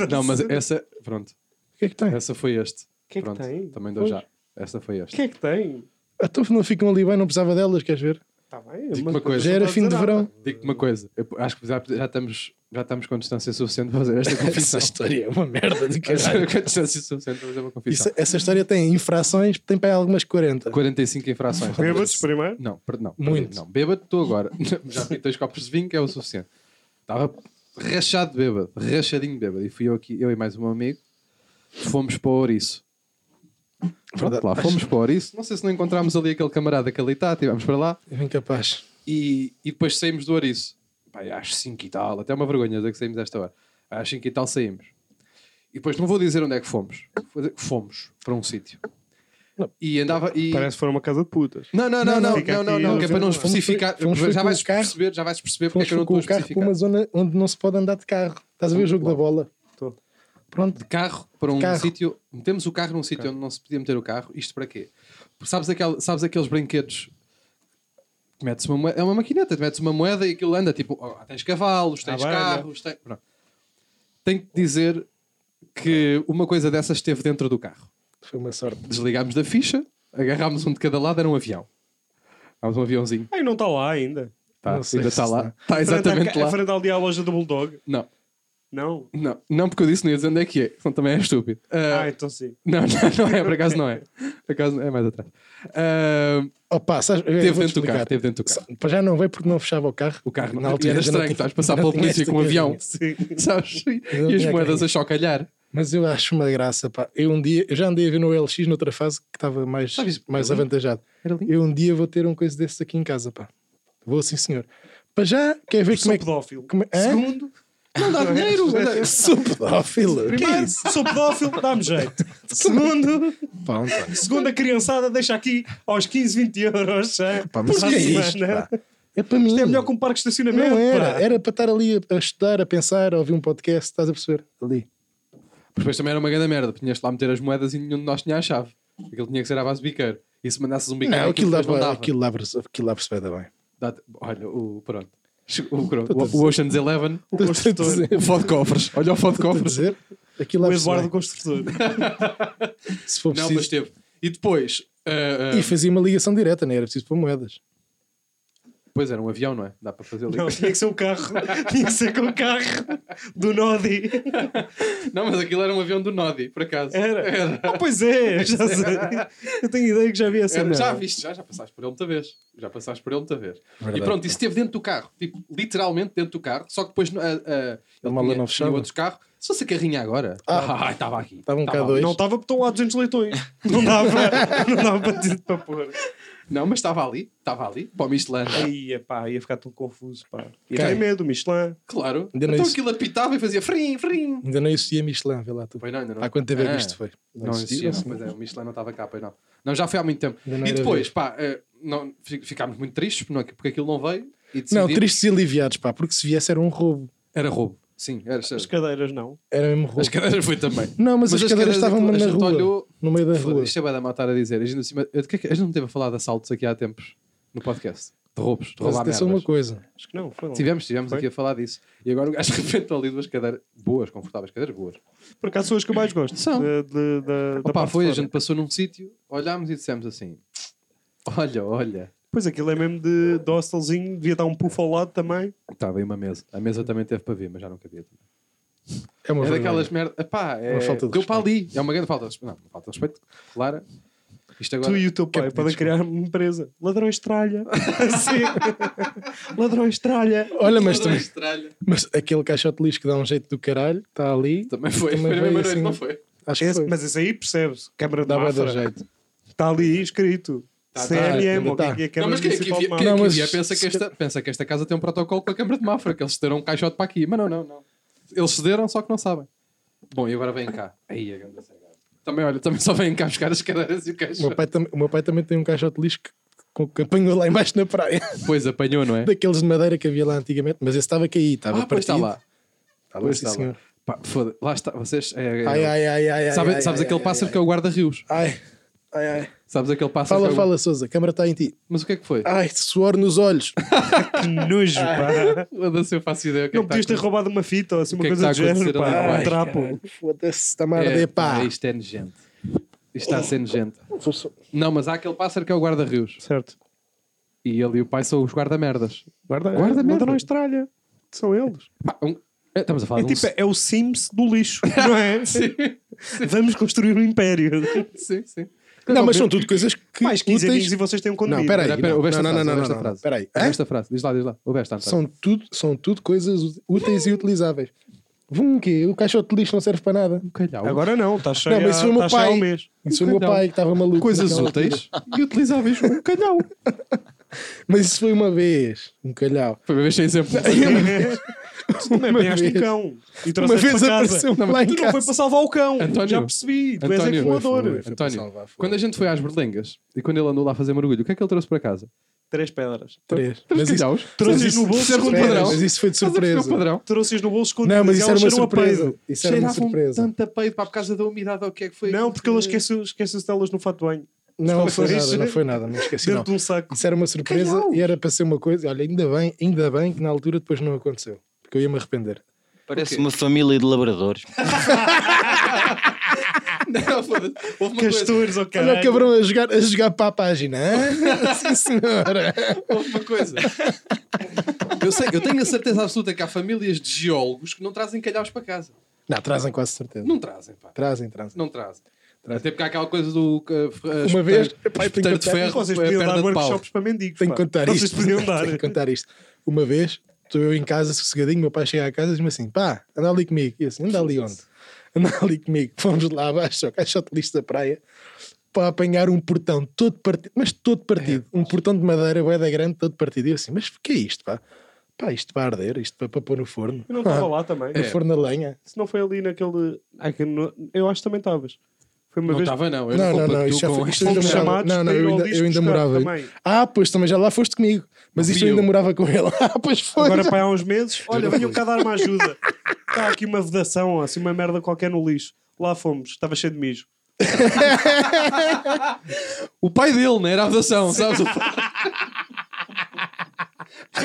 Speaker 2: Não, mas essa. Pronto.
Speaker 3: que é que tem?
Speaker 2: Essa foi este.
Speaker 1: O que é que
Speaker 2: Pronto.
Speaker 1: tem?
Speaker 2: Também dou
Speaker 1: Pois.
Speaker 2: já. Essa foi
Speaker 1: O
Speaker 2: esta.
Speaker 1: que é que tem?
Speaker 3: A tua Então, não ficam ali bem, não precisava delas, queres ver?
Speaker 1: Está bem.
Speaker 2: Digo-te uma coisa.
Speaker 3: Já era
Speaker 1: não
Speaker 3: fim de
Speaker 1: dizer nada.
Speaker 3: verão.
Speaker 2: Digo-te uma coisa. Eu acho que já, já estamos, já estamos com distância suficiente para fazer esta
Speaker 3: Essa
Speaker 2: confissão.
Speaker 3: história é uma merda de caralho.
Speaker 2: com distância suficiente para fazer uma confissão.
Speaker 3: Isso- é- essa história tem infrações, tem para aí algumas 40.
Speaker 2: 45 infrações.
Speaker 1: Bêbados primeiro?
Speaker 2: Não, per- não.
Speaker 3: Muito.
Speaker 2: Não, bêbado estou agora. Já vi dois copos de vinho que é o suficiente. Estava rachado de bêbado, rachadinho de bêbado. E fui eu aqui, eu e mais um amigo, fomos para o Ouriço. Pronto,
Speaker 3: Verdade.
Speaker 2: lá, fomos para o Ouriço. Não sei se não encontramos ali aquele camarada que ali está, estivemos para lá.
Speaker 3: É incapaz.
Speaker 2: E, e depois saímos do Ouriço. Pai, às 5 e tal, até é uma vergonha dizer que saímos a esta hora. Às 5 e tal saímos. E depois não vou dizer onde é que fomos. Vou dizer que Fomos para um sítio.
Speaker 3: Não.
Speaker 2: E andava. E...
Speaker 1: Parece que foram uma casa de putas.
Speaker 2: Não, não, não,
Speaker 3: Não,
Speaker 2: não,
Speaker 1: fica
Speaker 2: não, não,
Speaker 1: aqui,
Speaker 2: não, que é para não
Speaker 3: fomos-
Speaker 2: especificar.
Speaker 3: fomos
Speaker 2: já
Speaker 3: com
Speaker 2: vais
Speaker 3: o carro-
Speaker 2: perceber, já vais perceber porque é
Speaker 3: Fomos
Speaker 2: que eu não
Speaker 3: com
Speaker 2: estou a
Speaker 3: o carro para
Speaker 2: especificar.
Speaker 3: uma zona onde não se pode andar de carro. Estás a ver o jogo da bola?
Speaker 1: Estou.
Speaker 3: Pronto.
Speaker 2: De carro para um
Speaker 3: Carro.
Speaker 2: sítio, metemos o carro num sítio onde não se podia meter o carro. Isto para quê? Sabes, aquele, sabes aqueles brinquedos? Metes uma moeda, é uma maquineta, metes uma moeda e aquilo anda tipo, oh, tens cavalos, tens
Speaker 1: Ah, bem,
Speaker 2: carros, tens. Pronto. Tenho que dizer que uma coisa dessas esteve dentro do carro.
Speaker 3: Foi uma sorte.
Speaker 2: Desligámos da ficha, agarrámos um de cada lado, era um avião. Há um aviãozinho.
Speaker 1: Ai, não está lá ainda.
Speaker 2: Tá,
Speaker 3: Não sei
Speaker 2: ainda
Speaker 3: se
Speaker 2: está lá.
Speaker 3: está.
Speaker 2: Está exatamente
Speaker 1: frente à,
Speaker 2: lá.
Speaker 1: À frente ali à loja do Bulldog.
Speaker 2: Não.
Speaker 1: Não?
Speaker 2: Não, não porque eu disse, não ia dizer onde é que é, senão também é estúpido. Ah,
Speaker 1: Ah, então sim.
Speaker 2: Não, não, não é, por acaso não é. Por acaso é mais atrás. Ah,
Speaker 3: Opa, sabes, eu
Speaker 2: teve
Speaker 3: vou-te
Speaker 2: dentro do carro,
Speaker 3: explicar.
Speaker 2: teve dentro do carro.
Speaker 3: Só- Para já não veio porque não fechava o carro.
Speaker 2: O carro
Speaker 3: Na
Speaker 2: não,
Speaker 3: altura
Speaker 2: era
Speaker 3: já não
Speaker 2: estranho,
Speaker 3: tinha-
Speaker 2: estás a passar
Speaker 3: já
Speaker 2: pela
Speaker 3: tinha
Speaker 2: polícia
Speaker 3: esta né?
Speaker 2: com um avião,
Speaker 3: carrinha.
Speaker 1: Sim.
Speaker 2: sabes?
Speaker 3: não
Speaker 2: E as moedas
Speaker 3: tinha carrinha.
Speaker 2: a chocalhar.
Speaker 3: Mas eu acho uma graça, pá. Eu um dia, eu já andei a ver no LX noutra fase que estava mais,
Speaker 2: Sabes,
Speaker 3: mais
Speaker 2: era
Speaker 3: avantajado.
Speaker 2: Era lindo.
Speaker 3: Eu um dia vou ter um coisa desses aqui em casa, pá. Vou sim, senhor. Para já, quer ver
Speaker 1: Sou
Speaker 3: como é que.
Speaker 1: pedófilo.
Speaker 3: como- Hã?
Speaker 1: Segundo,
Speaker 2: Não dá dinheiro! olha,
Speaker 3: Sou pedófilo. Que é
Speaker 1: primeiro,
Speaker 3: isso?
Speaker 1: sou pedófilo, dá-me jeito. Segundo,
Speaker 3: Pá, António,
Speaker 1: segundo, a criançada deixa aqui aos 15, 20 euros. é?
Speaker 3: pá, mas o
Speaker 1: Por
Speaker 3: que é
Speaker 1: semana.
Speaker 3: isto? pá? É para mim.
Speaker 1: Isto é melhor que um parque de estacionamento.
Speaker 3: Não era.
Speaker 2: é,
Speaker 1: pá.
Speaker 3: Era para estar ali a, a estudar, a pensar, a ouvir um podcast, estás a perceber? Ali.
Speaker 2: Depois também era uma grande merda, tinhas lá meter as moedas e nenhum de nós tinha a chave. Aquilo tinha que ser à base de biqueiro. E se mandasses um biqueiro,
Speaker 3: Não, aquilo dá
Speaker 2: depois não
Speaker 3: para.
Speaker 2: dava.
Speaker 3: Aquilo lá aquilo lá percebe bem.
Speaker 2: Dá- Olha, o pronto. O,
Speaker 3: Então,
Speaker 2: o, o Ocean's Eleven,
Speaker 3: Estou a dizer.
Speaker 2: o Fode Cofres. Olha o Fode
Speaker 3: Estou a
Speaker 2: Cofres.
Speaker 3: dizer. Aquilo lá
Speaker 1: O
Speaker 3: percebe
Speaker 1: Eduardo
Speaker 3: bem.
Speaker 1: Construtor.
Speaker 3: Se for
Speaker 2: Não,
Speaker 3: preciso.
Speaker 2: mas teve. E depois. ah, ah,
Speaker 3: E fazia uma ligação direta, não era preciso para moedas.
Speaker 2: Pois era um avião, não é? Dá para fazer ali.
Speaker 1: Não,
Speaker 2: Não,
Speaker 1: tinha que ser o carro. Tinha que ser com o carro do Nodi.
Speaker 2: mas aquilo era um avião do Nodi, por
Speaker 3: É,
Speaker 2: acaso.
Speaker 1: Era. Ah, pois é, já sei. Eu tenho ideia que já vi essa.
Speaker 2: Era-
Speaker 1: merda.
Speaker 2: já
Speaker 3: é.
Speaker 2: viste, já, já passaste por ele muita vez. Já passaste por ele muita vez.
Speaker 3: Verdade.
Speaker 2: e pronto, isso esteve dentro do carro. Tipo, literalmente dentro do carro. Só que depois ah, ah,
Speaker 3: A
Speaker 2: ele tinha,
Speaker 3: mala não
Speaker 2: tinha
Speaker 3: fechava.
Speaker 2: outros carros. Se fosse a carrinha agora.
Speaker 3: Ah.
Speaker 2: Ah, estava aqui.
Speaker 3: Estava um
Speaker 2: Estava
Speaker 3: K2.
Speaker 1: Não estava porque estão lá 200 leitões. Não dava, não dava para, dizer- para pôr.
Speaker 2: Não, mas estava ali. Estava ali. Para o Michelin.
Speaker 1: Aí, pá, ia ficar tão confuso, pá. Ia
Speaker 3: Quem?
Speaker 1: ter medo, Michelin.
Speaker 2: Claro.
Speaker 3: Ainda não
Speaker 2: Então
Speaker 3: isso.
Speaker 2: aquilo apitava e fazia frim, frim.
Speaker 3: Ainda não existia Michelin, vê lá tu.
Speaker 2: Pois não, ainda não.
Speaker 3: Há quanto tempo é
Speaker 2: Ah.
Speaker 3: que isto foi?
Speaker 2: Não existia, não. Pois é, o Michelin não estava cá, pois não. Não, já foi há muito tempo.
Speaker 3: Ainda não
Speaker 2: E
Speaker 3: era
Speaker 2: depois,
Speaker 3: verde.
Speaker 2: pá, eh, não, fi- ficámos muito tristes não- porque aquilo não veio. E
Speaker 3: Não,
Speaker 2: decidimos-
Speaker 3: tristes e aliviados, pá, porque se viesse era um roubo.
Speaker 2: Era roubo. Sim, era. sério.
Speaker 1: As cadeiras não.
Speaker 3: Era mesmo roubo.
Speaker 2: As cadeiras foi também.
Speaker 3: Não, mas, as, cadeiras estavam
Speaker 2: aquilo- é a
Speaker 3: na
Speaker 2: gente
Speaker 3: rua,
Speaker 2: olhou-
Speaker 3: no meio da
Speaker 2: Foda,
Speaker 3: rua.
Speaker 2: Isto é bué da matar a dizer. A gente, acima- eu- de que é que- a gente não teve a falar de assaltos aqui há tempos no podcast. De roubos, de
Speaker 3: Mas
Speaker 2: roubar
Speaker 3: atenção a uma
Speaker 2: merdas.
Speaker 3: coisa.
Speaker 1: Acho que não, foi lá.
Speaker 2: Tivemos, tivemos
Speaker 1: Foi?
Speaker 2: aqui a falar disso. E agora o gajo rebentou ali duas cadeiras boas, confortáveis, cadeiras boas.
Speaker 1: Por acaso são as que eu mais gosto.
Speaker 2: São.
Speaker 1: De, de, de, da
Speaker 2: Opa,
Speaker 1: parte
Speaker 2: foi,
Speaker 1: de
Speaker 2: a
Speaker 1: fora.
Speaker 2: gente passou num sítio, olhámos e dissemos assim: Olha, olha.
Speaker 1: Pois aquilo é mesmo de, de hostelzinho, devia dar um puff ao lado também.
Speaker 2: Estava aí uma mesa. A mesa também teve para ver, mas já não cabia. Também.
Speaker 3: É uma
Speaker 2: É
Speaker 3: vergonha.
Speaker 2: daquelas merdas. Pá, é...
Speaker 3: Uma falta de
Speaker 2: deu para ali. É uma grande falta de respeito. Não, uma falta de respeito. Clara. Isto agora.
Speaker 1: tu e o teu pai
Speaker 3: pedir
Speaker 1: podem criar uma empresa. Ladrões de tralha. Assim. Ladrões de tralha.
Speaker 3: Olha, mas,
Speaker 2: Toda a
Speaker 3: também,
Speaker 2: estralha.
Speaker 3: mas aquele caixote de lixo que dá um jeito do caralho, está ali.
Speaker 2: Também foi.
Speaker 3: Também
Speaker 2: foi na
Speaker 3: foi
Speaker 2: mesma
Speaker 3: assim.
Speaker 2: noite, não foi?
Speaker 3: Acho que
Speaker 1: Esse-
Speaker 3: foi.
Speaker 1: mas esse aí percebes. Câmara de
Speaker 3: Dá bué de
Speaker 2: né?
Speaker 1: Mafra.
Speaker 3: jeito.
Speaker 1: Está ali escrito.
Speaker 2: Tá, tá,
Speaker 1: CMM,
Speaker 3: ainda
Speaker 1: o que é
Speaker 3: tá.
Speaker 1: que é a
Speaker 2: Não,
Speaker 1: Câmara
Speaker 2: mas quem é que
Speaker 1: Municipal de
Speaker 2: envia,
Speaker 1: Mafra?
Speaker 2: quem é
Speaker 3: Não,
Speaker 2: que
Speaker 3: mas
Speaker 2: envia pensa, que
Speaker 3: se-
Speaker 2: esta, pensa que esta casa tem um protocolo com a Câmara de Mafra, que eles cederam um caixote para aqui. Mas não, não, não. Eles cederam, só que não sabem. Bom, e agora vem cá. Aí, a grande cegada. Também, olha, também só vêm cá buscar as cadeiras e o
Speaker 3: O meu,
Speaker 2: caixote.
Speaker 3: pai tam- o meu pai também tem um caixote de lixo que, com- que apanhou lá embaixo na praia.
Speaker 2: Pois apanhou, não é?
Speaker 3: Daqueles de madeira que havia lá antigamente. Mas esse estava caído, estava
Speaker 2: Ah, pois está
Speaker 3: partido.
Speaker 2: lá. Está lá,
Speaker 3: Pois
Speaker 2: está
Speaker 3: sim,
Speaker 2: lá.
Speaker 3: senhor.
Speaker 2: Pá, foda Lá está, vocês... É, é-
Speaker 3: Ai, ai, ai, ai, ai,
Speaker 2: Sabe-
Speaker 3: ai,
Speaker 2: sabes
Speaker 3: ai,
Speaker 2: aquele
Speaker 3: ai,
Speaker 2: pássaro
Speaker 3: ai,
Speaker 2: que é o guarda-rios?
Speaker 3: Ai, ai, ai.
Speaker 2: Sabes aquele pássaro
Speaker 3: Fala,
Speaker 2: que é o...
Speaker 3: fala, Ah. Souza. A câmara está em ti.
Speaker 2: Mas o que é que foi?
Speaker 3: Ai, suor nos olhos.
Speaker 1: Que nojo,
Speaker 2: Ah,
Speaker 1: pá.
Speaker 2: Foda-se, eu faço ideia. o que é
Speaker 1: Não
Speaker 2: que tá
Speaker 1: podias ter
Speaker 2: a
Speaker 1: roubado uma fita ou assim,
Speaker 2: O
Speaker 1: uma
Speaker 2: que é que
Speaker 1: coisa do
Speaker 2: está a
Speaker 1: género,
Speaker 2: acontecer ali
Speaker 1: pá. Um
Speaker 2: abaixo?
Speaker 1: trapo.
Speaker 3: Foda-se, está a
Speaker 2: acontecer?
Speaker 3: arder,
Speaker 2: É,
Speaker 3: pá.
Speaker 2: pá, Isto é nojento. Isto está a ser nojento. Não, mas há aquele pássaro que é o guarda-rios.
Speaker 1: Certo.
Speaker 2: E ele e o pai são os guarda-merdas.
Speaker 1: Guarda,
Speaker 2: Guarda
Speaker 1: guarda
Speaker 2: merda.
Speaker 1: não estralha. São eles.
Speaker 2: Pá, um- é, Estamos a falar
Speaker 1: É
Speaker 2: de um...
Speaker 1: tipo, é o Sims do lixo, não é? Vamos construir um império.
Speaker 2: Sim, sim. um
Speaker 3: Não, mas são tudo coisas que
Speaker 1: Mais 15
Speaker 3: úteis.
Speaker 1: amigos e vocês têm um
Speaker 3: Não,
Speaker 1: condomínio.
Speaker 3: peraí.
Speaker 2: Espera, espera,
Speaker 3: não,
Speaker 2: ouve esta
Speaker 3: não,
Speaker 2: frase,
Speaker 3: não, não,
Speaker 2: ouve esta
Speaker 3: não,
Speaker 2: frase.
Speaker 3: peraí.
Speaker 2: Ouve
Speaker 3: Hã?
Speaker 2: esta frase. Diz lá, diz lá. Ouve esta, António.
Speaker 3: é? São tudo, são tudo coisas úteis e utilizáveis. Vum, o quê? O caixote de lixo não serve para nada.
Speaker 2: Um Calhau.
Speaker 1: Agora não, está cheio,
Speaker 3: Não, mas isso foi o
Speaker 1: está
Speaker 3: meu
Speaker 1: cheio
Speaker 3: pai.
Speaker 1: ao mês.
Speaker 3: Isso foi o meu
Speaker 2: calhau.
Speaker 3: pai que estava maluco.
Speaker 2: Um Coisas
Speaker 3: naquela altura.
Speaker 2: úteis e utilizáveis. Um calhau.
Speaker 3: Mas isso foi uma vez. Um calhau.
Speaker 2: Foi uma vez sem exemplo.
Speaker 1: Não é bem
Speaker 3: vez.
Speaker 1: este cão. E
Speaker 3: Uma
Speaker 1: trouxeste
Speaker 3: vez
Speaker 1: para casa.
Speaker 3: apareceu lá em
Speaker 1: Tu não foi
Speaker 3: casa.
Speaker 1: para salvar o cão.
Speaker 2: António.
Speaker 1: Já percebi. Tu és é que
Speaker 2: António.
Speaker 1: voador.
Speaker 3: Foi, foi. para
Speaker 2: António,
Speaker 3: salvar, foi.
Speaker 2: quando a gente foi às Berlengas e quando ele andou lá a fazer mergulho, o que é que ele trouxe para casa?
Speaker 1: Três pedras.
Speaker 3: Três.
Speaker 2: Três
Speaker 3: Mas isso-
Speaker 2: calhaus.
Speaker 1: Trouxe-os no bolso
Speaker 2: Serve um
Speaker 1: escondido.
Speaker 3: Espera,
Speaker 2: padrão.
Speaker 3: mas isso foi de
Speaker 2: Estás a perceber o
Speaker 3: surpresa.
Speaker 2: padrão. um
Speaker 1: Trouxas no bolso escondido.
Speaker 3: Não, mas isso era uma
Speaker 1: cheiram a
Speaker 3: surpresa.
Speaker 1: peido.
Speaker 3: Isso era uma
Speaker 2: Cheiravam
Speaker 3: surpresa.
Speaker 2: tanta peido para por causa da umidade ou o que é que foi.
Speaker 1: Não, porque ele esquece, esquece as telas no fato de banho.
Speaker 3: Não, não foi
Speaker 1: Foi
Speaker 3: nada,
Speaker 1: isso.
Speaker 3: não foi nada, não esqueci
Speaker 1: Dentro
Speaker 3: não.
Speaker 1: de um saco.
Speaker 3: Isso era uma surpresa
Speaker 2: Calhau.
Speaker 3: e era para ser uma coisa. Olha, ainda bem, ainda bem que na altura depois não aconteceu, porque eu ia me arrepender.
Speaker 4: Parece uma família de labradores.
Speaker 2: Não, foda-se. Houve uma coisa-
Speaker 1: Castores, oh, ok.
Speaker 3: Olha o cabrão a jogar, a jogar para a página. hã? Sim, senhora.
Speaker 2: Houve uma coisa. Eu, sei, eu tenho a certeza absoluta que há famílias de geólogos que não trazem calhaus para casa.
Speaker 3: Não, trazem quase certeza.
Speaker 2: Não trazem, pá.
Speaker 3: Trazem, trazem.
Speaker 2: Não trazem. Até porque há aquela coisa do. uh, f- uh,
Speaker 3: Uma vez-
Speaker 2: espetar-
Speaker 3: Epá, eu tenho
Speaker 2: espetar
Speaker 3: que
Speaker 2: de
Speaker 3: contar-
Speaker 2: ferro,
Speaker 1: Vocês
Speaker 2: uh,
Speaker 1: podiam
Speaker 2: perna
Speaker 1: dar
Speaker 2: de pau.
Speaker 1: workshops para mendigos.
Speaker 3: Tenho que
Speaker 1: pá.
Speaker 3: contar
Speaker 1: Vocês
Speaker 3: isto.
Speaker 1: podiam dar.
Speaker 3: Tenho que contar isto. Uma vez, estou eu em casa sossegadinho, meu pai chega à casa e diz-me assim: pá, anda ali comigo. E eu assim, anda ali onde? Anda ali comigo. Fomos lá abaixo ao caixote de lixo da praia para apanhar um portão todo partido, mas todo partido.
Speaker 1: É.
Speaker 3: um portão de madeira, boeda grande, todo partido. E eu assim, mas o que é isto, pá? Pá, isto para arder, isto para, para pôr no forno.
Speaker 1: Eu não estava
Speaker 3: Ah,
Speaker 1: lá também.
Speaker 3: No forno a lenha.
Speaker 1: Se não foi ali naquele. Ai, que no- Eu acho que também estavas. Foi uma
Speaker 2: Não
Speaker 1: vez.
Speaker 2: estava, não. Eu
Speaker 3: não,
Speaker 2: não,
Speaker 3: não,
Speaker 2: compacto
Speaker 3: não, isto já
Speaker 2: com
Speaker 3: foi.
Speaker 2: este-
Speaker 3: Isto é eu ainda
Speaker 1: Fomos
Speaker 3: morava.
Speaker 1: chamados
Speaker 3: Não, não,
Speaker 1: para ir
Speaker 3: eu
Speaker 1: ao
Speaker 3: ainda,
Speaker 1: disco
Speaker 3: eu ainda
Speaker 1: buscar
Speaker 3: morava.
Speaker 1: também.
Speaker 3: Ah, pois também já lá foste comigo. Mas
Speaker 2: Não
Speaker 3: isto
Speaker 2: fui
Speaker 3: eu ainda
Speaker 2: eu.
Speaker 3: morava com ele. Ah, pois foi.
Speaker 1: Agora para há uns meses. um Olha,
Speaker 2: não
Speaker 1: venham
Speaker 2: fui.
Speaker 1: cá dar uma ajuda. Está aqui uma vedação, assim, uma merda qualquer no lixo. Lá fomos, estava cheio de mijo.
Speaker 2: O pai dele, né? Era a vedação, sabes? O pai...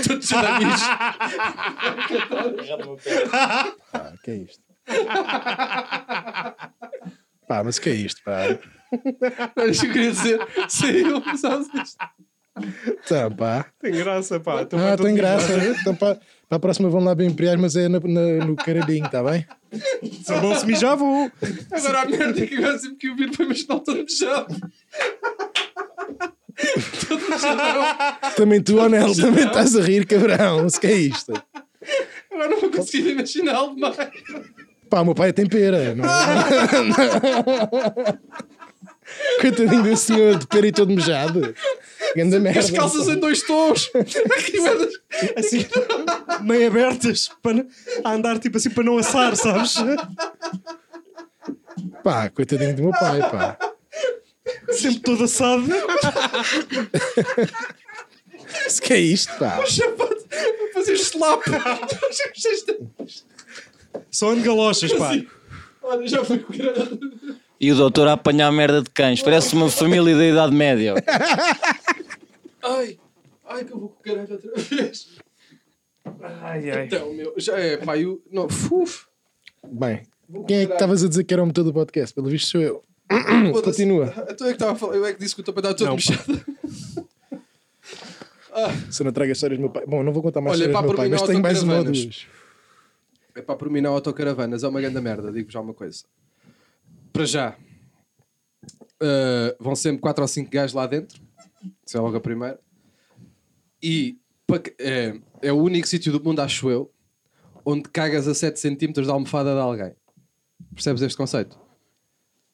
Speaker 2: Tudo cheirado a mijo.
Speaker 3: Pá, que é isto? pá, mas o que é isto, pá?
Speaker 2: Era isso que eu queria dizer. Saiu, sabes?
Speaker 3: Então, pá.
Speaker 1: Tem graça, pá. Então, vai
Speaker 3: Ah,
Speaker 1: todo
Speaker 3: tem
Speaker 1: mijado.
Speaker 3: graça. Então, pá, para a próxima vão lá bem imperiais, mas é na- na- no caralhinho, está bem?
Speaker 1: Se não se mijavam.
Speaker 2: Agora a merda é que agora sempre que eu vir foi mastinal todo mijado. Todo mijado.
Speaker 3: Também tu, Onel, também estás a rir, cabrão. Mas o que é isto?
Speaker 2: Agora não vou conseguir imaginá-lo mais.
Speaker 3: Pá, o meu pai é tempera. Não, Coitadinho do senhor, de pera e todo mojado. Ganda merda.
Speaker 2: As calças em dois tons. Aqui, merdas.
Speaker 1: Assim, meio abertas. Para, a andar tipo assim para não assar, sabes?
Speaker 3: Pá, coitadinho do meu pai, pá.
Speaker 1: Sempre todo assado.
Speaker 3: Mas o que é isto, pá?
Speaker 2: Chapato. Vou fazer slap.
Speaker 1: Só ando galochas, pá.
Speaker 2: Olha, já fui com grana.
Speaker 4: E o doutor a apanhar merda de cães. Parece uma família da Idade Média.
Speaker 2: Ai, ai que eu vou com o caralho outra vez.
Speaker 1: Ai, ai.
Speaker 2: Então, meu, já é, pá, eu. Não, uf,
Speaker 3: Bem, quem é que estavas a dizer que era o motor do podcast? Pelo visto sou eu.
Speaker 2: foda-se.
Speaker 3: Continua.
Speaker 2: Então é que estava a falar, eu é que disse que o teu pedal todo
Speaker 1: Não,
Speaker 2: mexado.
Speaker 3: Se eu não trago as histórias do meu pai. Bom, não vou contar mais
Speaker 2: Olha,
Speaker 3: histórias
Speaker 2: pá,
Speaker 3: do meu
Speaker 2: por
Speaker 3: pai,
Speaker 2: mim não
Speaker 3: mas tenho mais uma ou
Speaker 2: autocaravanas.
Speaker 3: duas.
Speaker 2: É pá, por mim não autocaravanas, é uma grande merda, digo já uma coisa. Para já, ah, vão sempre 4 ou 5 gajos lá dentro, isso é logo a primeira. E pa que- é, é o único sítio do mundo, acho eu, onde cagas a 7 centímetros da almofada de alguém. Percebes este conceito?